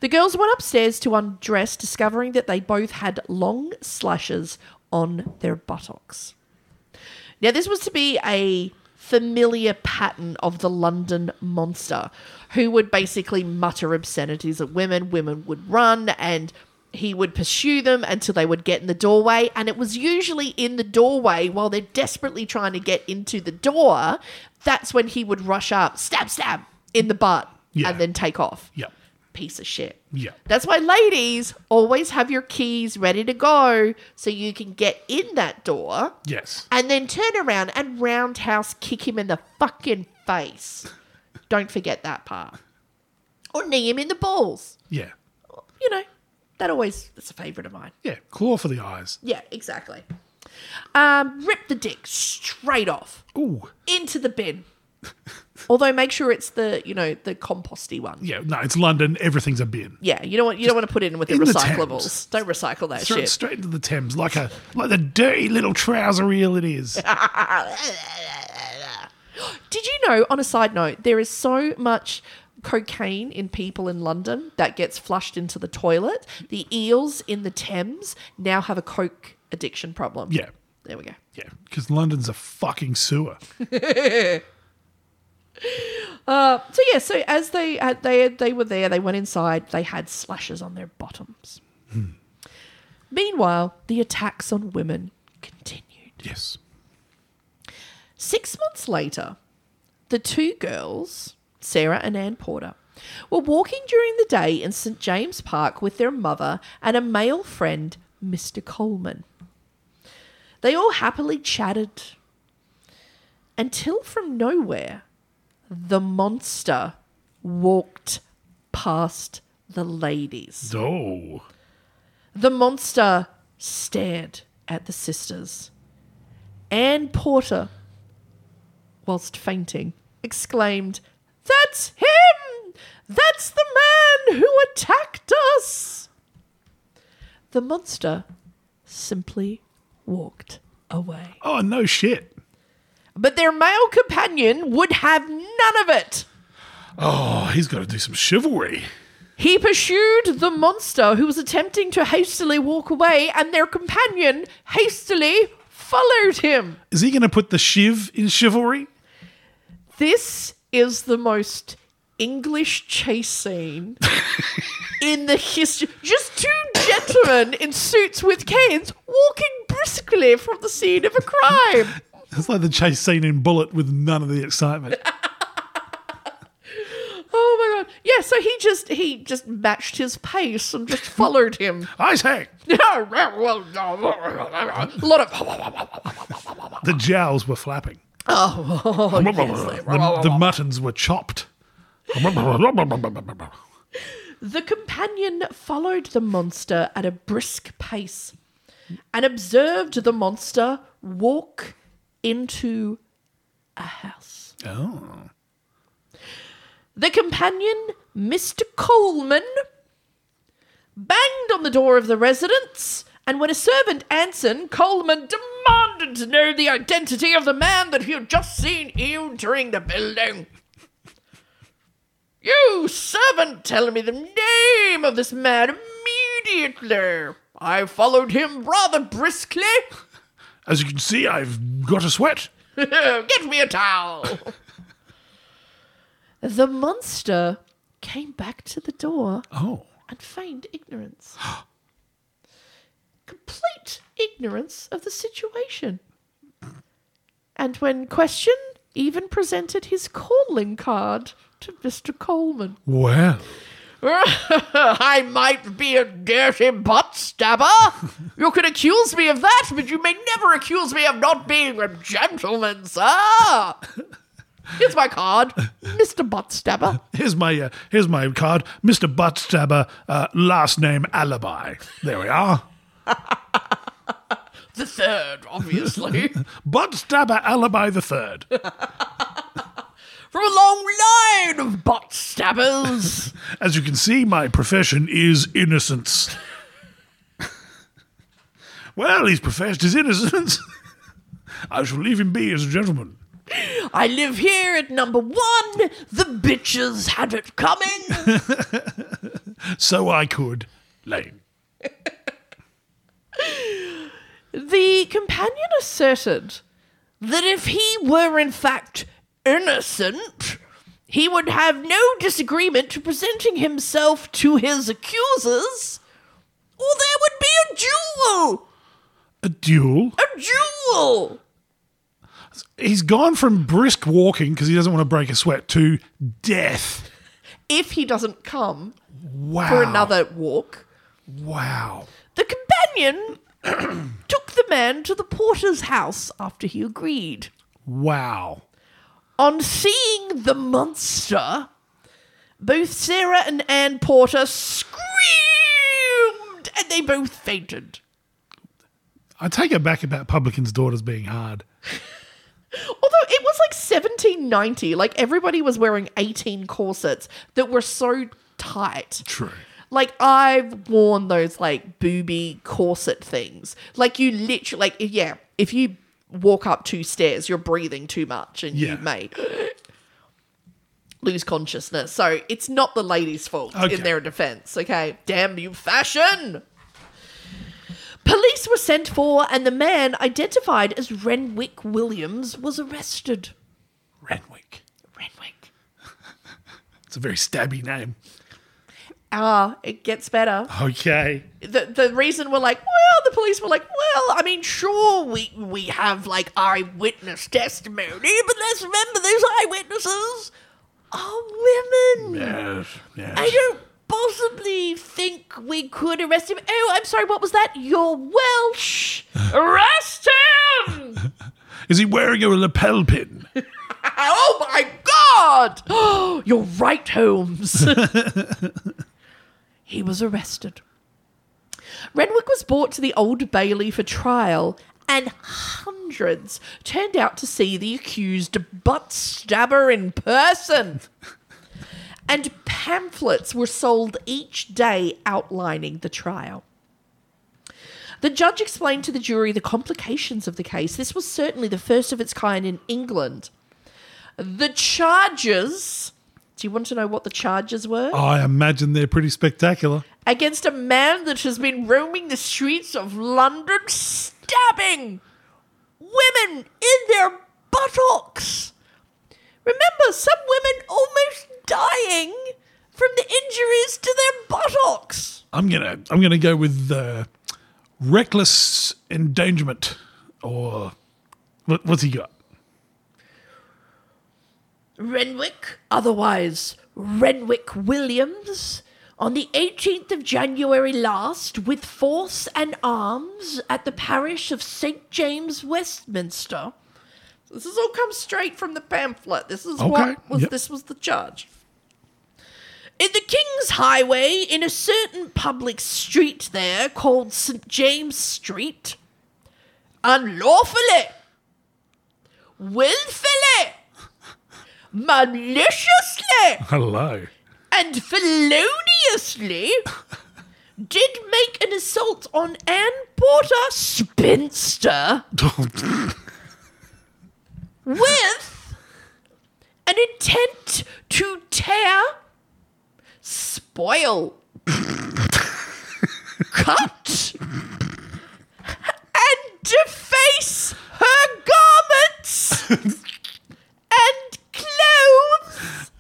The girls went upstairs to undress, discovering that they both had long slashes on their buttocks. Now, this was to be a familiar pattern of the London monster, who would basically mutter obscenities at women, women would run, and he would pursue them until they would get in the doorway. And it was usually in the doorway while they're desperately trying to get into the door. That's when he would rush up, stab, stab in the butt,
Yeah.
and then take off
Yeah.
piece of shit.
Yeah.
That's why, ladies, always have your keys ready to go so you can get in that door
Yes.
and then turn around and roundhouse kick him in the fucking face. Don't forget that part. Or knee him in the balls.
Yeah.
You know, that always is a favourite of mine.
Yeah. Claw for the eyes.
Yeah, exactly. Um, rip the dick straight off
Ooh.
into the bin. Although make sure it's the you know the composty one.
Yeah. No, it's London. Everything's a bin.
Yeah, you don't want you don't want to put it in with the
in the
recyclables. Don't recycle that
Throw it
shit.
straight into the Thames, like a like the dirty little trouser eel it is.
Did you know, on a side note, there is so much cocaine in people in London that gets flushed into the toilet. The eels in the Thames now have a coke addiction problem.
yeah,
There we go.
yeah, because London's a fucking sewer.
So yeah, so as they uh, they they were there, they went inside. They had slashes on their bottoms.
Hmm.
Meanwhile, the attacks on women continued.
Yes,
Six months later, the two girls, Sarah and Ann Porter, were walking during the day in St. James Park with their mother and a male friend, Mr. Coleman. They all happily chatted until from nowhere, the monster walked past the ladies.
oh,
The monster stared at the sisters. Anne Porter, whilst fainting, exclaimed, That's him! That's the man who attacked us! The monster simply walked away.
oh, no shit.
But their male companion would have none of it.
Oh, he's got to do some chivalry.
He pursued the monster who was attempting to hastily walk away, and their companion hastily followed him.
Is he going to put the shiv in chivalry?
This is the most English chase scene in the history. Just two gentlemen in suits with canes walking briskly from the scene of a crime.
It's like the chase scene in Bullet with none of the excitement.
Oh my god! Yeah, so he just he just matched his pace and just followed him.
I say,
a lot of
the jowls were flapping.
oh yes, they
The, the muttons were chopped.
The companion followed the monster at a brisk pace and observed the monster walk into a house.
Oh,
The companion, Mr. Coleman, banged on the door of the residence, and when a servant answered, Coleman demanded to know the identity of the man that he had just seen entering the building. You servant, tell me the name of this man immediately. I followed him rather briskly.
as you can see, I've got a sweat.
Get me a towel. the monster came back to the door
Oh,
and feigned ignorance. Complete ignorance of the situation. And when questioned, even presented his calling card to Mr. Coleman.
well.
I might be a dirty butt stabber. you can accuse me of that, but you may never accuse me of not being a gentleman, sir. Here's my card, Mr. Buttstabber.
Here's my uh, here's my card, Mister Buttstabber, uh, last name Alibi. There we are,
the third, obviously.
Buttstabber Alibi the third.
From a long line of Buttstabbers.
As you can see, my profession is innocence. well, he's professed his innocence. I shall leave him be as a gentleman.
I live here at number one. The bitches had it coming.
So I could. Lame.
The companion asserted that if he were in fact innocent, he would have no disagreement to presenting himself to his accusers, or there would be a duel!
A duel?
A duel!
He's gone from brisk walking because he doesn't want to break a sweat to death.
If he doesn't come
Wow.
for another walk,
Wow.
the companion took the man to the porter's house after he agreed.
Wow.
On seeing the monster, both Sarah and Anne Porter screamed and they both fainted.
I take it back about publican's daughters being hard.
Although it was like 1790, like everybody was wearing 18 corsets that were so tight.
True.
Like I've worn those like booby corset things. Like you literally like if- yeah, if you walk up two stairs, you're breathing too much and
Yeah.
you may lose consciousness. So it's not the ladies' fault
Okay.
in their defense, okay? Damn you fashion. Police were sent for and the man identified as Renwick Williams was arrested.
Renwick.
Renwick.
It's a very stabby name.
Ah, it gets better.
Okay.
the the reason we're like, well, the police were like, well, I mean, sure, we we have like eyewitness testimony, but let's remember these eyewitnesses are women.
Yes. Yes.
I don't possibly think we could arrest him. Oh, I'm sorry, what was that? You're Welsh. arrest him!
Is he wearing a lapel pin?
oh my god! You're right, Holmes. he was arrested. Renwick was brought to the Old Bailey for trial, and hundreds turned out to see the accused butt stabber in person. And pamphlets were sold each day outlining the trial. The judge explained to the jury the complications of the case. This was certainly the first of its kind in England. The charges. Do you want to know what the charges were?
I imagine they're pretty spectacular.
against a man that has been roaming the streets of London stabbing women in their buttocks. Remember, some women almost dying from the injuries to their buttocks.
I'm gonna I'm gonna go with uh, reckless endangerment or what, what's he got?
Renwick, otherwise Renwick Williams, on the 18th of January last, with force and arms at the parish of St. James, Westminster. This has all come straight from the pamphlet. This is
Okay,
what was
yep.
this was the charge. In the King's Highway, in a certain public street there called St. James Street, unlawfully, willfully, maliciously,
Hello.
and feloniously did make an assault on Anne Porter Spinster with an intent to tear, spoil, cut, and deface her garments and clothes.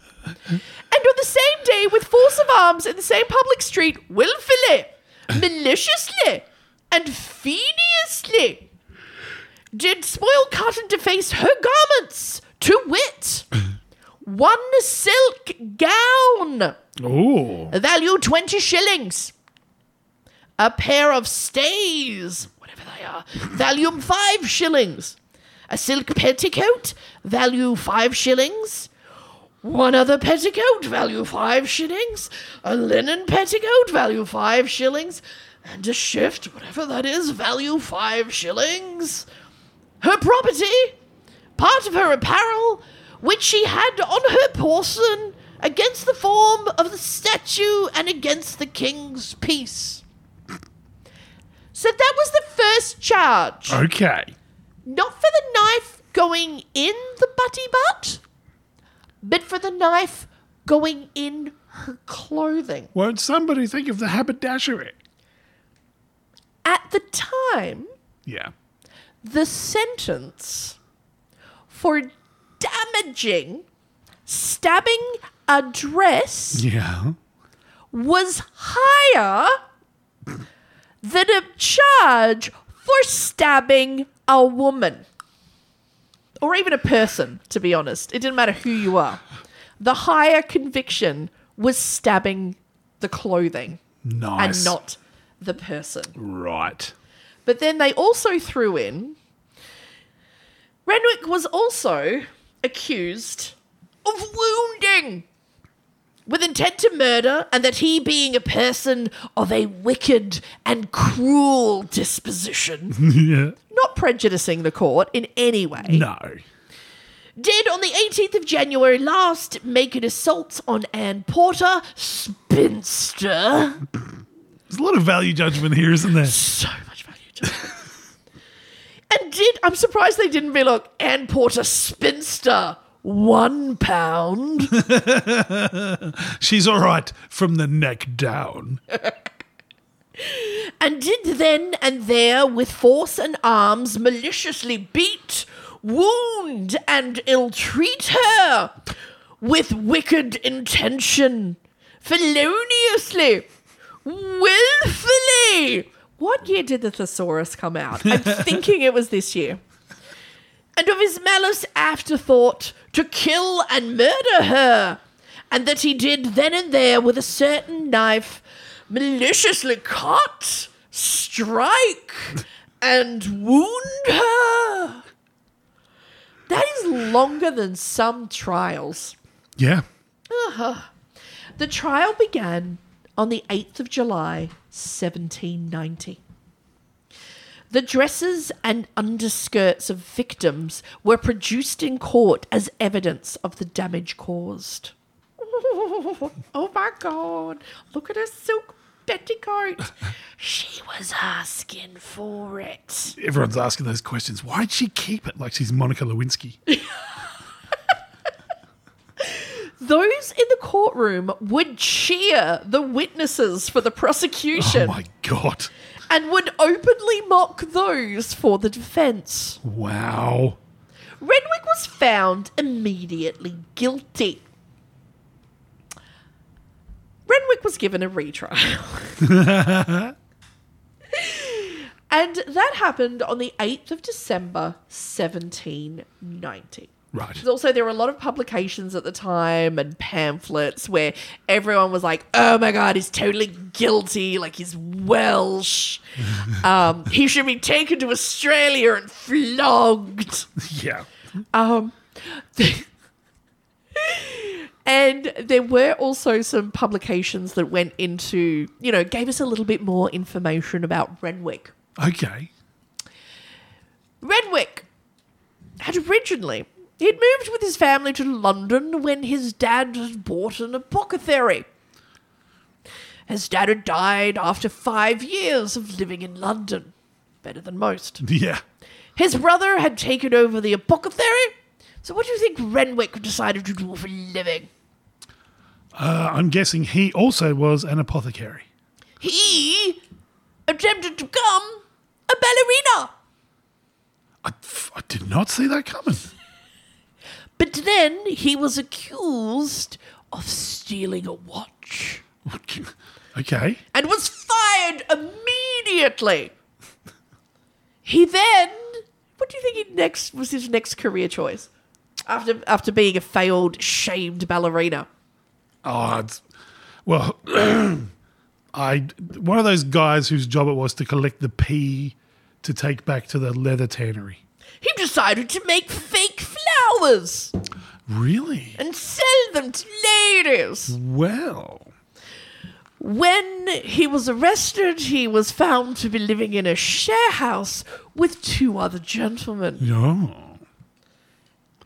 And on the same day, with force of arms in the same public street, willfully, maliciously, and fiendishly, did spoil, cut, and deface her garments, to wit, one silk gown,
Ooh.
value 20 shillings, a pair of stays, whatever they are, value 5 shillings, a silk petticoat, value 5 shillings, One other petticoat value five shillings, a linen petticoat value five shillings, and a shift, whatever that is, value five shillings. Her property, part of her apparel, which she had on her person, against the form of the statue and against the king's peace. So that was the first charge.
Okay.
Not for the knife going in the butty butt, but for the knife going in her clothing.
Won't somebody think of the haberdashery?
At the time,
Yeah.
the sentence for damaging stabbing a dress
Yeah.
was higher than a charge for stabbing a woman or even a person to be honest it didn't matter who you are the higher conviction was stabbing the clothing
Nice.
and not the person
right.
but then they also threw in Renwick was also accused of wounding with intent to murder, and that he, being a person of a wicked and cruel disposition,
yeah.
not prejudicing the court in any way,
Mm-hmm. No.
did on the 18th of January last make an assault on Anne Porter, spinster.
There's a lot of value judgment here, isn't there?
so much value to it. and did I'm surprised they didn't be like Ann Porter spinster one pound.
She's all right from the neck down.
and did then and there with force and arms maliciously beat, wound, and ill treat her with wicked intention, feloniously, willfully. What year did the thesaurus come out? I'm thinking it was this year. And of his malice afterthought to kill and murder her, and that he did then and there with a certain knife maliciously cut, strike, and wound her. That is longer than some trials.
Yeah.
The trial began on the 8th of July, 1790. The dresses and underskirts of victims were produced in court as evidence of the damage caused. oh my God, look at her silk petticoat. she was asking for it.
Everyone's asking those questions. Why'd she keep it like she's Monica Lewinsky?
Those in the courtroom would cheer the witnesses for the
oh
prosecution
my God.
and would openly mock those for the defense.
Wow.
Renwick was found immediately guilty. Renwick was given a retrial. and that happened on the 8th of December, 1790.
Right.
Also, there were a lot of publications at the time and pamphlets where everyone was like, "Oh my god, he's totally guilty! Like he's Welsh. um, he should be taken to Australia and flogged."
Yeah.
Um, and there were also some publications that went into, you know, gave us a little bit more information about Renwick.
Okay.
Renwick had originally he'd moved with his family to London when his dad had bought an apothecary. His dad had died after five years of living in London, better than most.
Yeah.
His brother had taken over the apothecary. So, what do you think Renwick decided to do for a living?
Uh, I'm guessing he also was an apothecary.
He attempted to become a ballerina.
I, I did not see that coming.
But then he was accused of stealing a watch.
Okay.
and was fired immediately. He then, what do you think he next was his next career choice after after being a failed shamed ballerina?
Oh, it's, well, I one of those guys whose job it was to collect the pea to take back to the leather tannery.
He decided to make fake flowers
Really?
and sell them and ladies.
Well,
When he was arrested, he was found to be living in a share house with two other gentlemen,
yeah.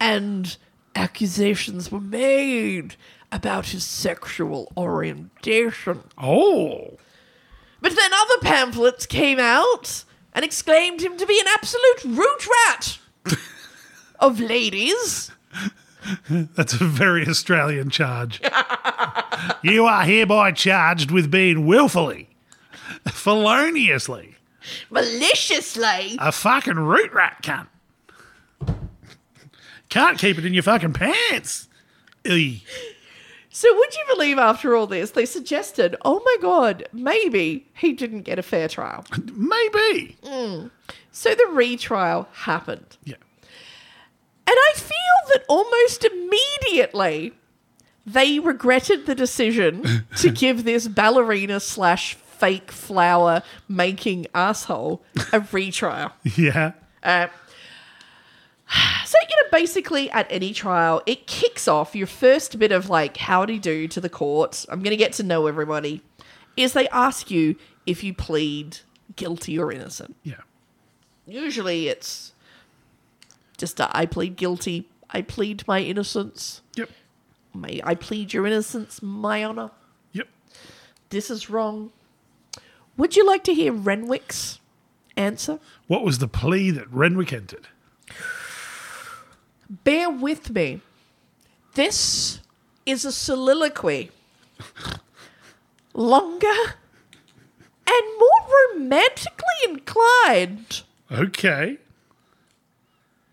and accusations were made about his sexual orientation.
Oh,
But then other pamphlets came out and exclaimed him to be an absolute root rat of ladies.
that's a very Australian charge. you are hereby charged with being willfully, feloniously,
maliciously.
a fucking root rat cunt. Can't keep it in your fucking pants. Eey.
So, would you believe after all this, they suggested, oh my God, maybe he didn't get a fair trial.
Maybe.
So the retrial happened.
Yeah.
And I feel that almost immediately they regretted the decision to give this ballerina slash fake flower making asshole a retrial.
Yeah.
Uh, so, you know, basically at any trial, it kicks off your first bit of like, howdy do to the court. I'm going to get to know everybody. Is they ask you if you plead guilty or innocent.
Yeah.
Usually it's just a, I plead guilty, I plead my innocence,
Yep.
my, I plead your innocence, my honor.
Yep.
This is wrong. Would you like to hear Renwick's answer?
What was the plea that Renwick entered?
bear with me. This is a soliloquy. Longer and more romantically inclined
Okay.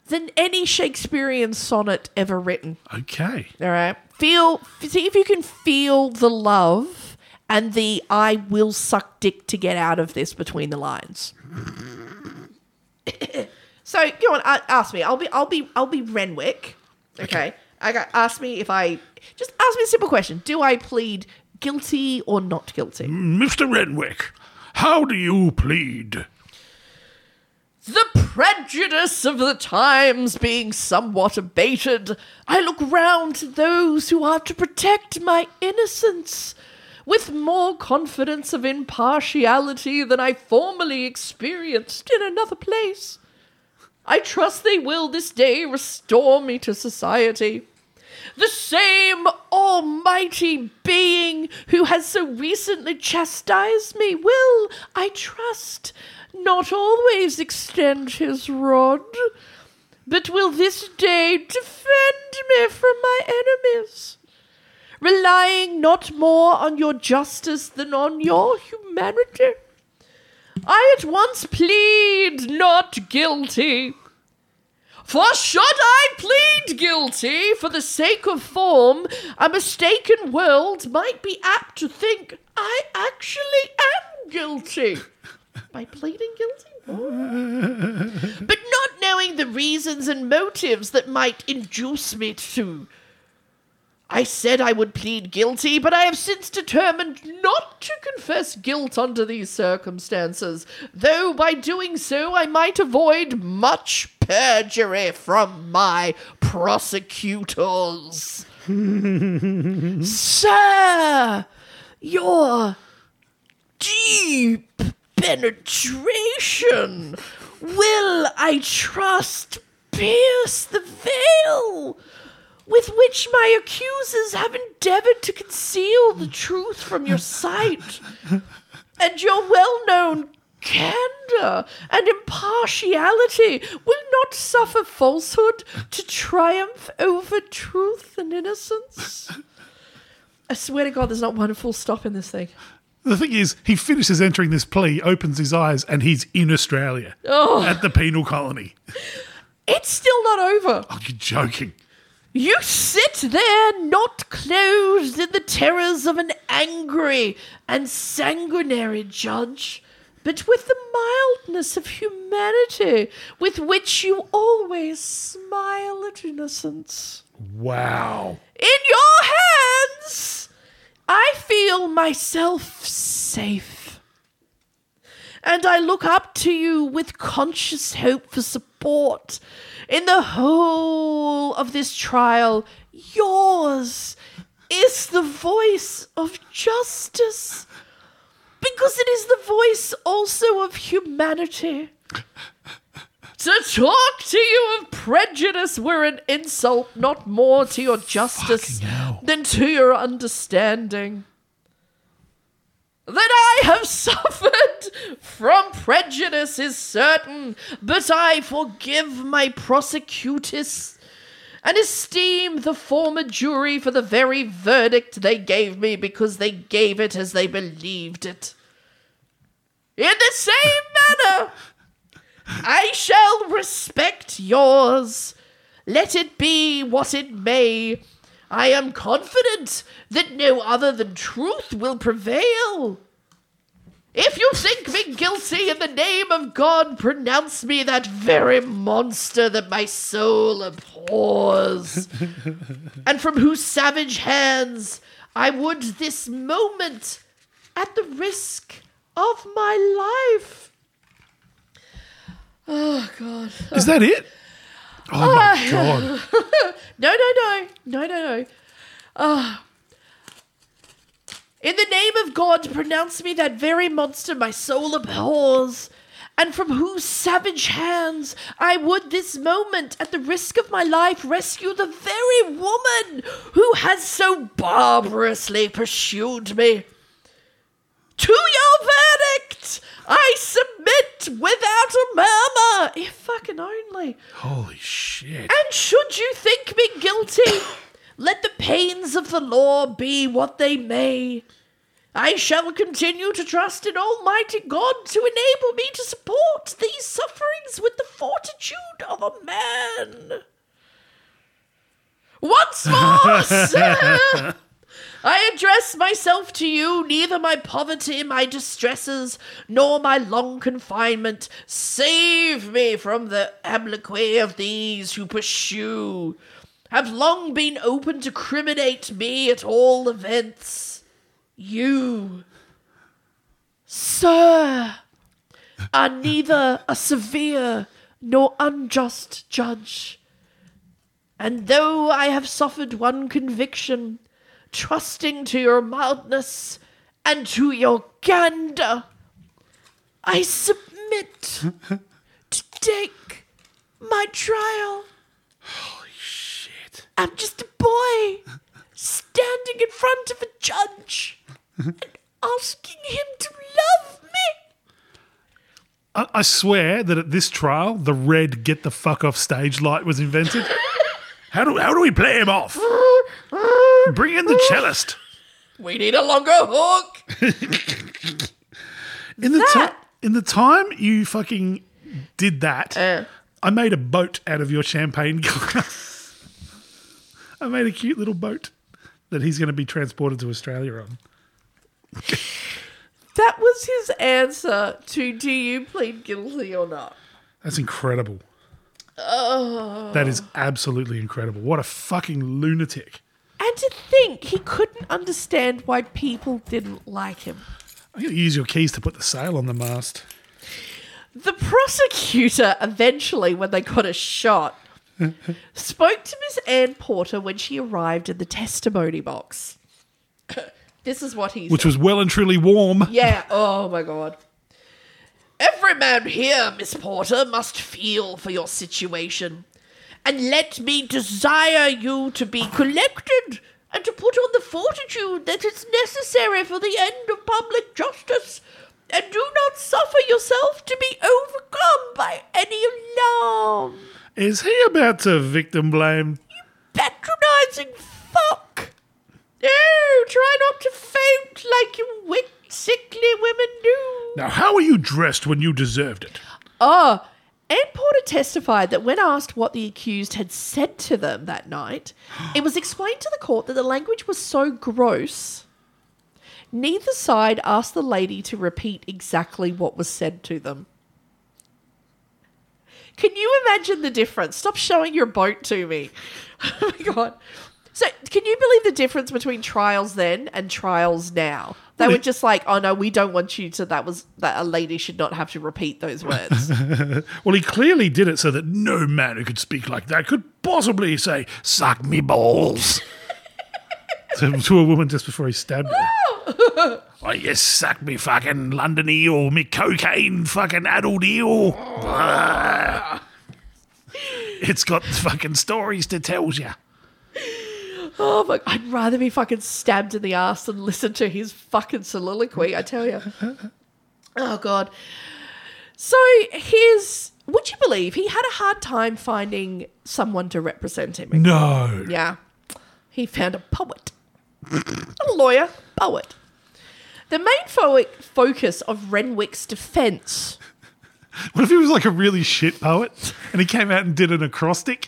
than any Shakespearean sonnet ever written.
Okay.
All right. Feel, see if you can feel the love and the I will suck dick to get out of this between the lines. so go on, a- ask me. I'll be, I'll be, I'll be Renwick. Okay. I got, ask me if I, just ask me a simple question. Do I plead guilty or not guilty?
Mr. Renwick, how do you plead?
The prejudice of the times being somewhat abated, I look round to those who are to protect my innocence with more confidence of impartiality than I formerly experienced in another place. I trust they will this day restore me to society. The same almighty being who has so recently chastised me will, I trust, not always extend his rod, but will this day defend me from my enemies, relying not more on your justice than on your humanity. I at once plead not guilty. For should I plead guilty for the sake of form, a mistaken world might be apt to think I actually am guilty. By pleading guilty? Oh. but not knowing the reasons and motives that might induce me to. I said I would plead guilty, but I have since determined not to confess guilt under these circumstances, though by doing so I might avoid much perjury from my prosecutors. Sir, your deep penetration will, I trust, pierce the veil with which my accusers have endeavored to conceal the truth from your sight, and your well known candor and impartiality will not suffer falsehood to triumph over truth and innocence. I swear to God, there's not one full stop in this thing.
The thing is, he finishes entering this plea, opens his eyes, and he's in Australia at the penal colony.
It's still not over.
Oh, you're joking.
You sit there, not closed in the terrors of an angry and sanguinary judge, but with the mildness of humanity with which you always smile at innocence.
Wow.
In your hands, I feel myself safe. And I look up to you with conscious hope for support. In the whole of this trial, yours voice of justice because it is the voice also of humanity. to talk to you of prejudice were an insult not more to your justice
Fucking hell.
than to your understanding. That I have suffered from prejudice is certain, but I forgive my prosecutus and esteem the former jury for the very verdict they gave me because they gave it as they believed it. In the same manner, I shall respect yours. Let it be what it may. I am confident that no other than truth will prevail. If you think me guilty in the name of God, pronounce me that very monster that my soul abhors, and from whose savage hands I would this moment, at the risk of my life. Oh, God.
Is that it? Oh my god!
No, no, no. No, no, no. Ah. In the name of God, pronounce me that very monster my soul abhors, and from whose savage hands I would this moment, at the risk of my life, rescue the very woman who has so barbarously pursued me. To your verdict, I submit without a murmur, if fucking only.
Holy shit!
And should you think me guilty, let the pains of the law be what they may. I shall continue to trust in Almighty God to enable me to support these sufferings with the fortitude of a man. Once more, sir, I address myself to you, neither my poverty, my distresses, nor my long confinement. Save me from the obloquy of these who pursue, have long been open to criminate me at all events. You, sir, are neither a severe nor unjust judge. And though I have suffered one conviction, trusting to your mildness and to your gander, I submit to take my trial.
Shit!
I'm just a boy standing in front of a judge and asking him to love me.
I, I swear that at this trial, the red "get the fuck off stage" light was invented. how do how do we play him off? Bring in the cellist.
We need a longer hook.
In the time,
That-
in the time you fucking did that,
Uh,
I made a boat out of your champagne glass. I made a cute little boat that he's going to be transported to Australia on.
That was his answer to do you plead guilty or not?
That's incredible. That is absolutely incredible. What a fucking lunatic.
And to think he couldn't understand why people didn't like him.
I'm going to use your keys to put the sail on the mast.
The prosecutor eventually, when they got a shot, spoke to Miss Ann Porter when she arrived in the testimony box. this is what he said.
Which was well and truly warm.
Yeah. Oh my god. Every man here, Miss Porter, must feel for your situation. And let me desire you to be collected and to put on the fortitude that is necessary for the end of public justice. And do not suffer yourself to be overcome by any alarm.
Is he about to victim blame?
Patronizing fuck! No, try not to faint like you wicked, sickly women do.
Now, how were you dressed when you deserved it?
Oh, Ann Porter testified that when asked what the accused had said to them that night, it was explained to the court that the language was so gross. Neither side asked the lady to repeat exactly what was said to them. Can you imagine the difference? Stop showing your boat to me. oh my god. So, can you believe the difference between trials then and trials now? They were just like, "Oh no, we don't want you to." That was that a lady should not have to repeat those words.
Well, he clearly did it so that no man who could speak like that could possibly say, Suck me balls. to, to a woman just before he stabbed her. Oh, you suck me fucking London eel, me cocaine fucking adult eel. Blah. It's got fucking stories to tell you.
Oh my! I'd rather be fucking stabbed in the ass than listen to his fucking soliloquy. I tell you. Oh god. So his. Would you believe he had a hard time finding someone to represent him?
No.
Yeah. He found a poet, a lawyer, poet. The main fo- focus of Renwick's defense.
What if he was like a really shit poet and he came out and did an acrostic?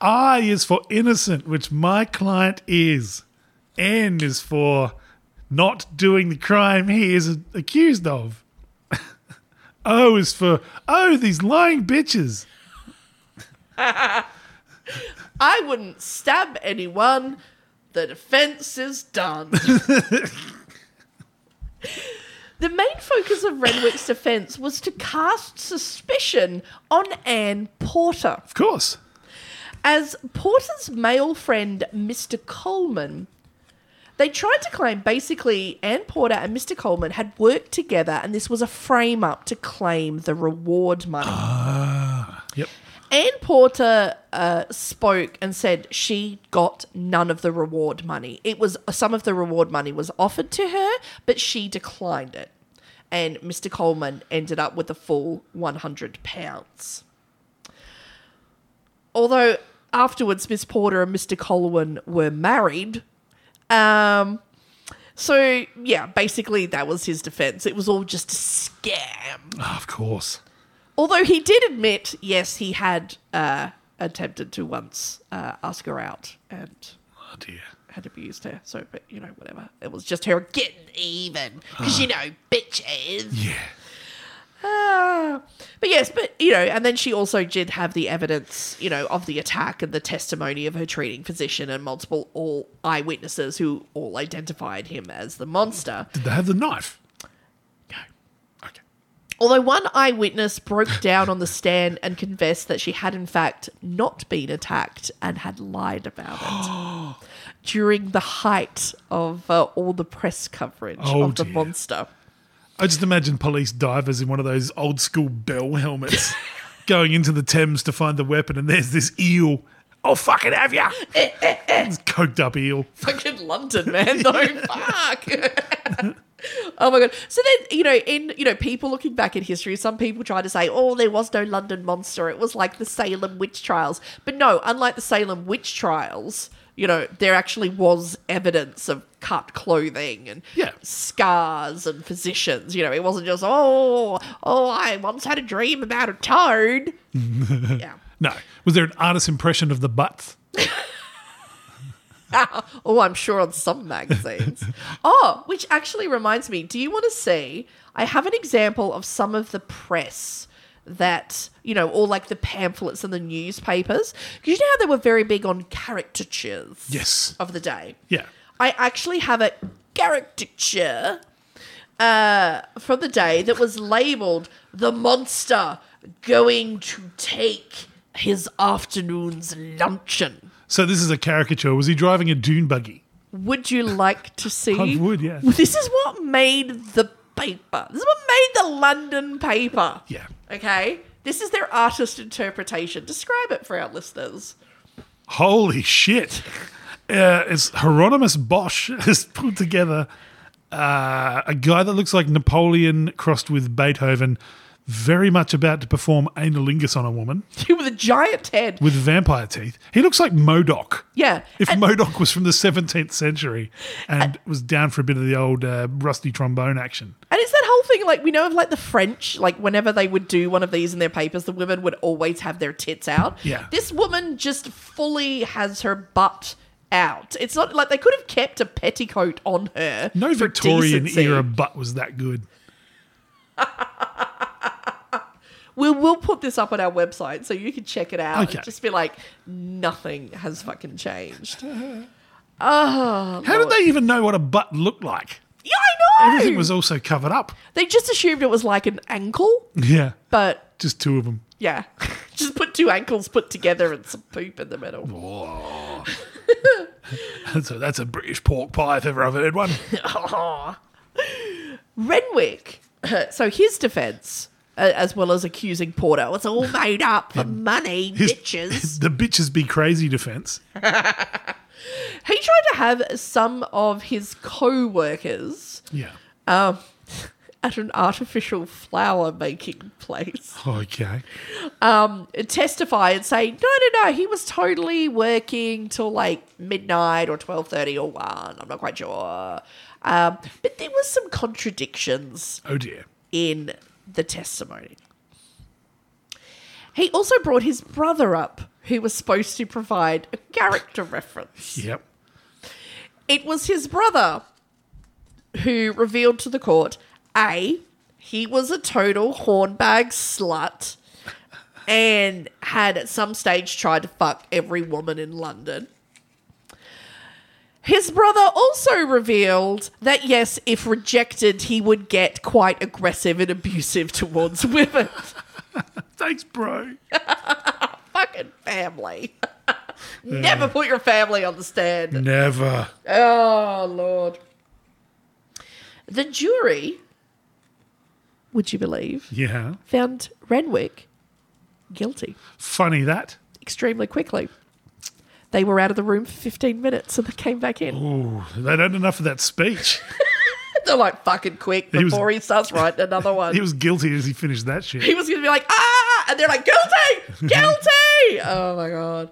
I is for innocent, which my client is. N is for not doing the crime he is accused of. o is for, oh, these lying bitches.
I wouldn't stab anyone. The defense is done. the main focus of Renwick's defense was to cast suspicion on Anne Porter.
Of course.
As Porter's male friend, Mr. Coleman, they tried to claim basically Ann Porter and Mr. Coleman had worked together and this was a frame up to claim the reward money.
Yep.
Ann Porter uh, spoke and said she got none of the reward money. It was some of the reward money was offered to her, but she declined it. And Mr. Coleman ended up with a full one hundred pounds. Although afterwards, Miss Porter and Mr. Coleman were married. Um, so yeah, basically that was his defense. It was all just a scam.
Ah, of course.
Although he did admit, yes, he had uh, attempted to once uh, ask her out and
Oh, dear.
had abused her. So, but you know, whatever. It was just her getting even because you know, bitches.
Yeah.
Ah. but yes, but you know, and then she also did have the evidence, you know, of the attack and the testimony of her treating physician and multiple all eyewitnesses who all identified him as the monster.
Did they have the knife?
Although one eyewitness broke down on the stand and confessed that she had, in fact, not been attacked and had lied about it during the height of uh, all the press coverage
Oh,
of the
dear.
monster.
I just imagine police divers in one of those old school bell helmets going into the Thames to find the weapon, and there's this eel. Oh, fucking have ya! It's coked up eel.
Fucking London, man, though. Fuck. Oh my god! So then, you know, in you know, people looking back at history, some people try to say, "Oh, there was no London monster; it was like the Salem witch trials." But no, unlike the Salem witch trials, you know, there actually was evidence of cut clothing and
Yeah.
scars and physicians. You know, it wasn't just oh, oh, I once had a dream about a toad. yeah.
No. Was there an artist impression of the butt?
Oh, I'm sure on some magazines. oh, which actually reminds me, do you want to see? I have an example of some of the press that, you know, all like the pamphlets and the newspapers. Because you know how they were very big on caricatures
Yes.
of the day?
Yeah.
I actually have a caricature uh, from the day that was labeled The Monster Going to Take His Afternoon's Luncheon.
So this is a caricature. Was he driving a dune buggy?
Would you like to see?
I would, yeah.
This is what made the paper. This is what made the London paper.
Yeah.
Okay? This is their artist interpretation. Describe it for our listeners.
Holy shit. Uh, it's Hieronymus Bosch has put together uh, a guy that looks like Napoleon crossed with Beethoven, very much about to perform analingus on a woman
With a giant head.
with vampire teeth. He looks like Modoc.
Yeah.
If
and,
Modoc was from the 17th century and was down for a bit of the old uh, rusty trombone action.
and it's that whole thing, like, we know of, like, the French, like, whenever they would do one of these in their papers, the women would always have their tits out.
Yeah.
This woman just fully has her butt out. It's not like they could have kept a petticoat on her.
No
for
Victorian
decency.
era butt was that good.
We'll, we'll put this up on our website so you can check it out
Okay.
and just be like, nothing has fucking changed. yeah,
How did they even know what a butt looked like?
I know.
Everything was also covered up.
they just assumed it was like an ankle,
Yeah.
but
Just two of them.
yeah, just put two ankles put together and some poop in the middle.
so that's a British pork pie if ever I've heard one.
Renwick. so his defense, a- as well as accusing Porter, it's all made up for money,
Um, His-
bitches.
the bitches be crazy defense.
He tried to have some of his co workers
Yeah.
um, at an artificial flower making place
Okay.
um, testify and say, no, no, no, he was totally working till like midnight or 12.30 or 1. I'm not quite sure. Um, but there was some contradictions
Oh dear.
in the testimony. He also brought his brother up, who was supposed to provide a character reference.
Yep.
It was his brother who revealed to the court A, he was a total hornbag slut and had at some stage tried to fuck every woman in London. His brother also revealed that, yes, if rejected, he would get quite aggressive and abusive towards women.
Thanks, bro.
Uh, Fucking family. Never put your family on the stand.
Never.
Oh, Lord. The jury, would you believe,
Yeah.
found Renwick guilty
Funny that.
extremely quickly. They were out of the room for 15 minutes and they came back in.
Ooh, they don't enough of that speech.
They're like, fucking quick
He was-
before he starts writing another one.
he was guilty as he finished that shit.
he was going to be like, ah, and they're like, guilty, guilty. oh my god.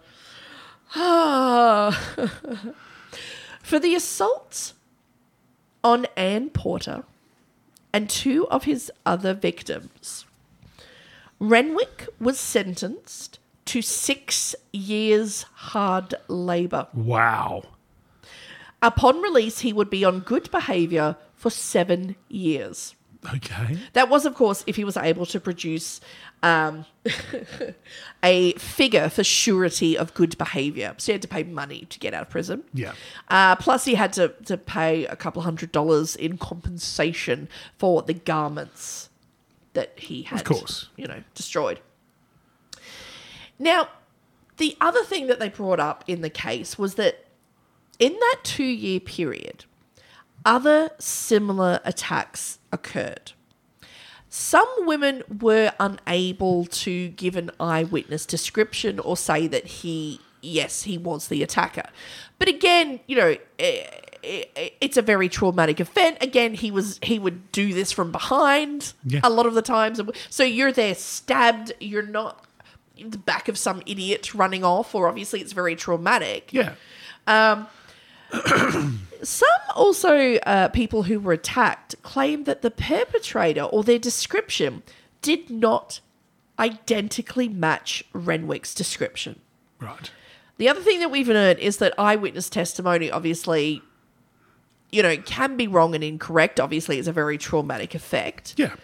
For the assault on Anne Porter and two of his other victims, Renwick was sentenced to six years hard labor.
Wow.
Upon release, he would be on good behavior for seven years.
Okay.
That was, of course, if he was able to produce um, a figure for surety of good behavior. So he had to pay money to get out of prison.
Yeah.
Uh, plus, he had to, to pay a couple hundred dollars in compensation for the garments that he had,
course.
you know, destroyed. Now, the other thing that they brought up in the case was that in that two year period, other similar attacks occurred. Some women were unable to give an eyewitness description or say that he, yes, he was the attacker. But again, you know, eh, eh, eh, it's a very traumatic event. Again, he was he would do this from behind
Yeah.
a lot of the times. So you're there stabbed. You're not in the back of some idiot running off. Or obviously, it's very traumatic
Yeah.
some also uh, people who were attacked claim that the perpetrator or their description did not identically match Renwick's description.
Right.
The other thing that we've learned is that eyewitness testimony, obviously, you know, can be wrong and incorrect. Obviously, it's a very traumatic effect.
Yeah.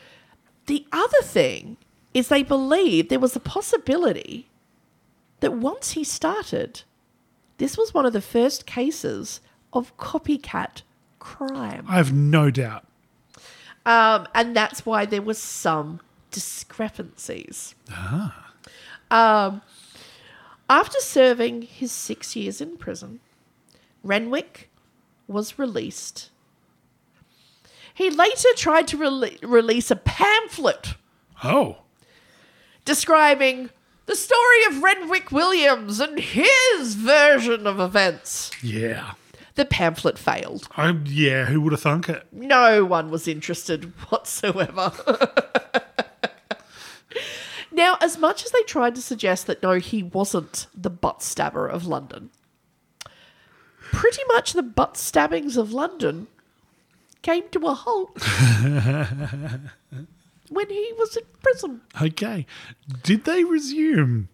The other thing is they believe there was a possibility that once he started, this was one of the first cases of copycat crime.
I have no doubt.
Um, and that's why there was some discrepancies. Ah. Um, after serving his six years in prison, Renwick was released. He later tried to rele- release a pamphlet
Oh.
describing the story of Renwick Williams and his version of events.
Yeah.
The pamphlet failed.
I yeah, who would have thunk it?
No one was interested whatsoever. now, as much as they tried to suggest that no, he wasn't the butt stabber of London, pretty much the butt stabbings of London came to a halt when he was in prison.
Okay. Did they resume?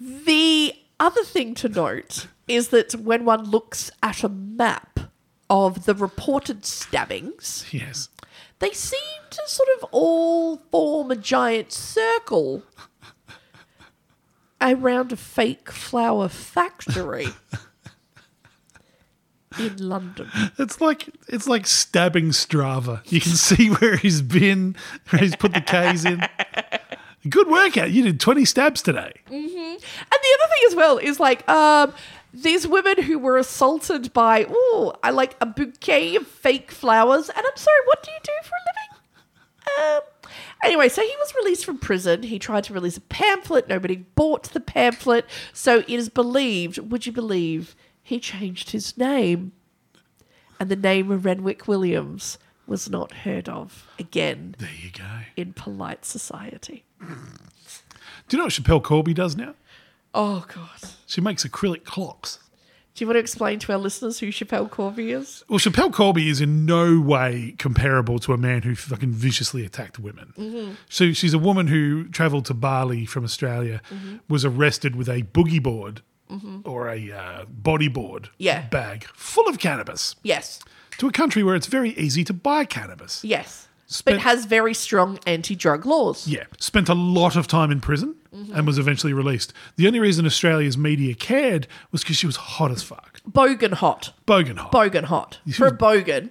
The other thing to note is that when one looks at a map of the reported stabbings,
Yes.
they seem to sort of all form a giant circle around a fake flower factory in London.
It's like it's like stabbing Strava. You can see where he's been, where he's put the K's in. Good workout. You did 20 stabs today.
And the other thing as well is like, um, These women who were assaulted by, ooh, I like a bouquet of fake flowers. And I'm sorry, what do you do for a living? Um, anyway, so he was released from prison. He tried to release a pamphlet. Nobody bought the pamphlet. So it is believed, would you believe, he changed his name. And the name of Renwick Williams was not heard of again
There you go.
in polite society.
Do you know what Chappelle Corby does now?
Oh, God.
She makes acrylic clocks.
Do you want to explain to our listeners who Chappelle Corby is?
Well, Chappelle Corby is in no way comparable to a man who fucking viciously attacked women. So she's a woman who travelled to Bali from Australia, was arrested with a boogie board or a uh, bodyboard
Yeah.
bag full of cannabis
Yes.
to a country where it's very easy to buy cannabis.
Yes.
Spent-
but has very strong anti drug laws.
Yeah, spent a lot of time in prison and was eventually released. The only reason Australia's media cared was because she was hot as fuck.
Bogan hot.
Bogan hot.
Bogan hot. For a bogan,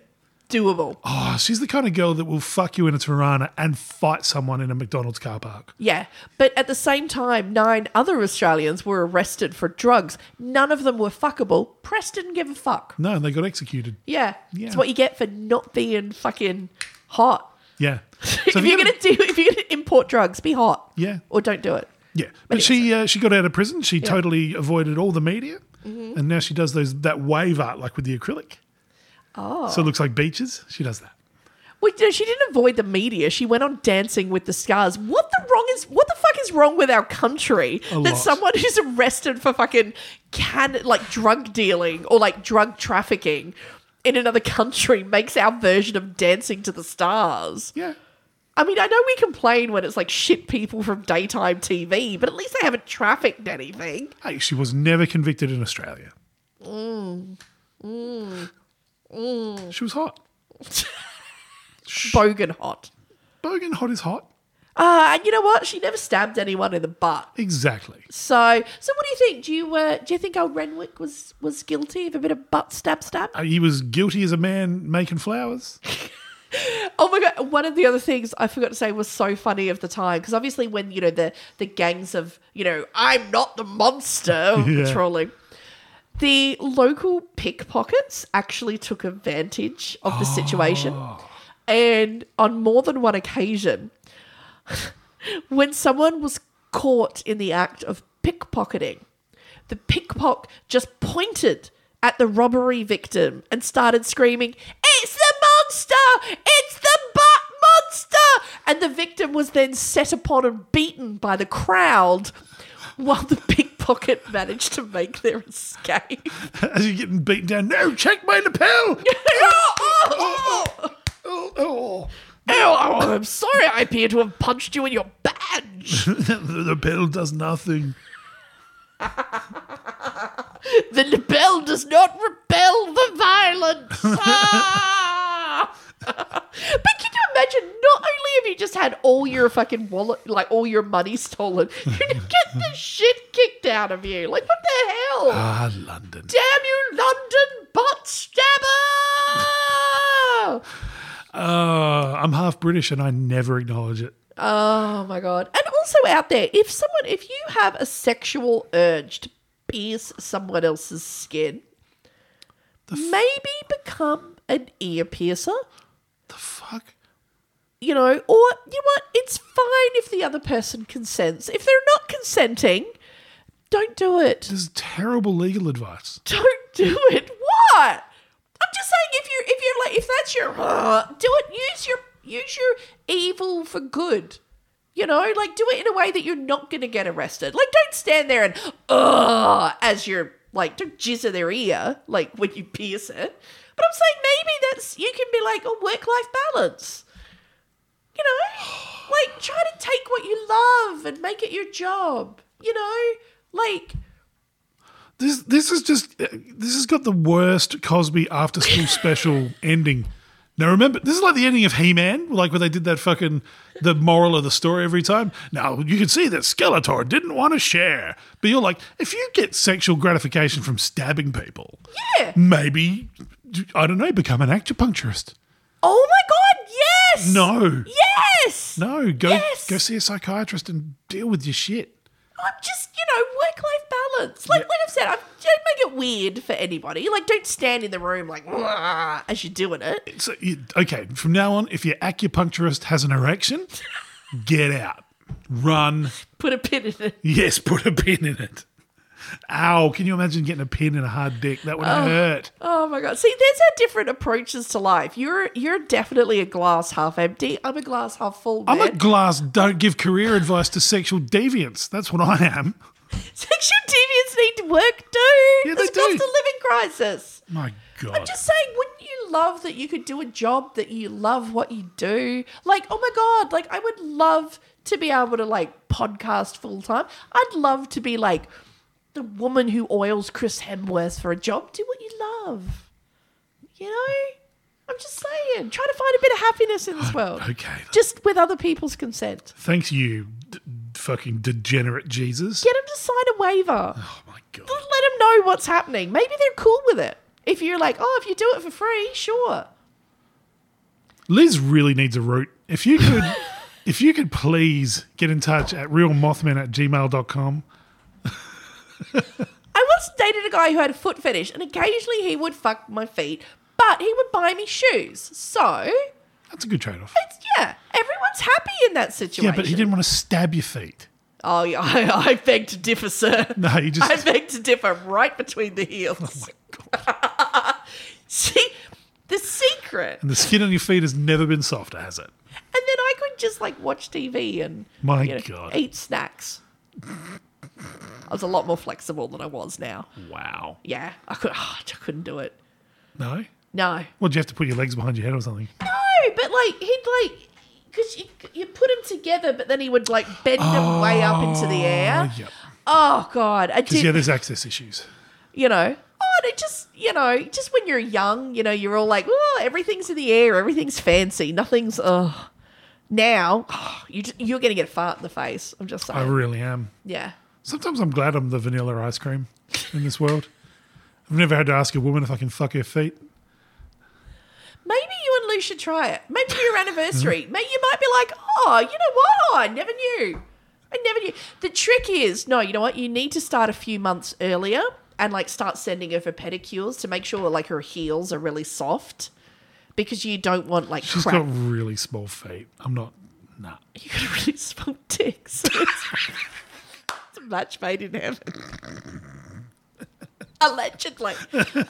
doable.
oh, she's the kind of girl that will fuck you in a Tirana and fight someone in a McDonald's car park.
Yeah. But at the same time, nine other Australians were arrested for drugs. None of them were fuckable. Press didn't give a fuck.
No, and they got executed.
Yeah.
Yeah.
It's what you get for not being fucking hot.
Yeah. So
if you're gonna do if you're gonna import drugs, be hot.
Yeah.
Or don't do it.
Yeah, but she uh, she got out of prison. She totally avoided all the media, and now she does those that wave art like with the acrylic. Oh. So it looks like beaches. She does that.
Well, no, she didn't avoid the media. She went on Dancing with the Stars. What the wrong is? What the fuck is wrong with our country
A
that
lot.
someone who's arrested for fucking can like drug dealing or like drug trafficking in another country makes our version of Dancing to the Stars?
Yeah.
I mean, I know we complain when it's like shit people from daytime TV, but at least they haven't trafficked anything.
Hey, she was never convicted in Australia. She was hot.
Bogan hot.
Bogan hot is hot.
Uh, and you know what? She never stabbed anyone in the butt.
Exactly.
So, so what do you think? Do you uh, do you think old Renwick was was guilty of a bit of butt stab stab?
Uh, He was guilty as a man making flowers.
Oh my god! One of the other things I forgot to say was so funny of the time because obviously when you know the the gangs of you know I'm not the monster
Yeah.
patrolling. The local pickpockets actually took advantage of the situation. And on more than one occasion, when someone was caught in the act of pickpocketing, the pickpock just pointed at the robbery victim and started screaming, It's the monster! It's the butt monster! And the victim was then set upon and beaten by the crowd while the pickpocket managed to make their escape.
As you're getting beaten down, no, check my lapel.
oh, oh,
oh, oh.
oh, I'm sorry, I appear to have punched you in your badge.
the lapel does nothing.
The lapel does not repel the violence. Ah! but can you imagine? Not only have you just had all your fucking wallet, like all your money stolen, you get the shit kicked out of you. Like what the hell?
Ah, London.
Damn you, London butt stabber!
Uh, I'm half British and I never acknowledge it.
Oh my god. And also out there, if someone if you have a sexual urge to pierce someone else's skin, maybe become an ear piercer.
The fuck?
You know, or you know what? It's fine if the other person consents. If they're not consenting, don't do it.
This is terrible legal advice.
Don't do it. What? I'm just saying if you if you're like if that's your uh, do it use your use your evil for good. You know, like do it in a way that you're not going to get arrested. Like don't stand there and uh as you're like don't jizz in their ear like when you pierce it. But I'm saying maybe that's you can be like a work life balance. You know, like try to take what you love and make it your job. You know, like
This this is just uh, this has got the worst Cosby after school special ending. Now remember, this is like the ending of He Man, like where they did that fucking the moral of the story every time. Now you can see that Skeletor didn't want to share, but you're like, if you get sexual gratification from stabbing people,
yeah.
maybe I don't know, become an acupuncturist.
Oh my god, yes!
No,
Yes!
no, go
Yes.
go see a psychiatrist and deal with your shit.
I'm just, you know, work life balance. Like, like I've said, I'm, don't make it weird for anybody. Like, don't stand in the room like "Wah," as you're doing it.
So, you, okay, from now on, if your acupuncturist has an erection, get out, run.
Put a pin in it.
Yes, put a pin in it. Ow! Can you imagine getting a pin in a hard dick? That would hurt.
Oh my god! See, there's our different approaches to life. You're you're definitely a glass half empty. I'm a glass half full.
I'm a
man.
glass. Don't give career advice to sexual deviants. That's what I am.
Sexual deviants need to work too.
Yeah, they
There's a cost
do.
of living crisis.
My God.
I'm just saying, wouldn't you love that you could do a job that you love what you do? Like, oh my god, like I would love to be able to like podcast full time. I'd love to be like the woman who oils Chris Hemsworth for a job. Do what you love. You know? I'm just saying, try to find a bit of happiness in this world.
okay.
Just with other people's consent.
Thanks, you d- fucking degenerate Jesus.
Get him to sign a waiver.
Oh my God.
Let them know what's happening. Maybe they're cool with it. If you're like, oh, if you do it for free, sure.
Liz really needs a root. If you could, if you could please get in touch at realmothman at gmail.com.
I once dated a guy who had a foot fetish, and occasionally he would fuck my feet, but he would buy me shoes. So,
That's a good trade off.
it's, yeah, everyone's happy in that situation.
Yeah, but he didn't want to stab your feet.
Oh, yeah, I, I beg to differ, sir.
No, he just. Oh,
I beg to differ right between the heels. See, the secret.
and the skin on your feet has never been softer, has it?
And then I could just like watch TV and
My
you know,
God.
eat snacks. I was a lot more flexible than I was now.
Wow.
Yeah, I could. I couldn't do it.
No?
No,
Well, do you have to put your legs behind your head or something?
no, but like he'd like because you, you put them together, but then he would like bend them way up into the air.
Oh, Yep.
Oh God, I did.
Yeah, there's access issues.
you know. Oh, and it just you know, just when you're young, you know, you're all like, oh, everything's in the air, everything's fancy, nothing's. Oh, now you just, you're gonna get a fart in the face. I'm just
I
saying.
really am.
yeah.
Sometimes I'm glad I'm the vanilla ice cream in this world. I've never had to ask a woman if I can fuck her feet.
Maybe you and Lou should try it. Maybe your anniversary. Maybe you might be like, oh, you know what? Oh, I never knew. I never knew. The trick is, no, you know what? You need to start a few months earlier and like start sending her for pedicures to make sure like her heels are really soft because you don't want like
She's
crap.
got really small feet. I'm not. Nah.
You got a really small dick. So it's, it's a match made in heaven. Allegedly.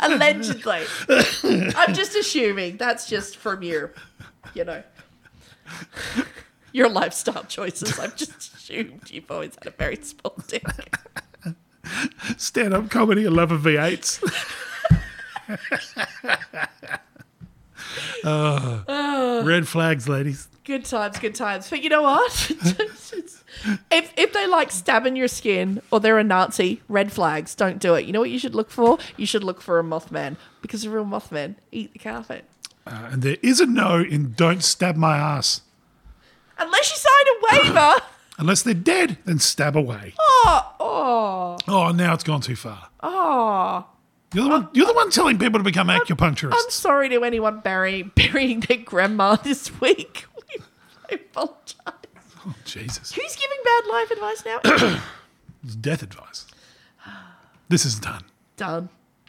Allegedly. I'm just assuming that's just from your, you know, your lifestyle choices. I've just assumed you've always had a very small dick.
Stand up comedy, I love a V8s.
Ah.
oh, red flags, ladies.
Good times, good times. But you know what? if, if they like stabbing your skin or they're a Nazi, red flags, don't do it. You know what you should look for? You should look for a Mothman because a real Mothman eat the carpet.
Uh, and there is a no in don't stab my ass.
Unless you sign a waiver.
Unless they're dead, then stab away.
oh, oh,
Oh, now it's gone too far.
oh.
You're the one, you're the one telling people to become
I'm
acupuncturists.
sorry to anyone burying, burying their grandma this week. I apologize.
Oh, Jesus.
Who's giving bad life advice now?
It's death advice. This is done.
Done.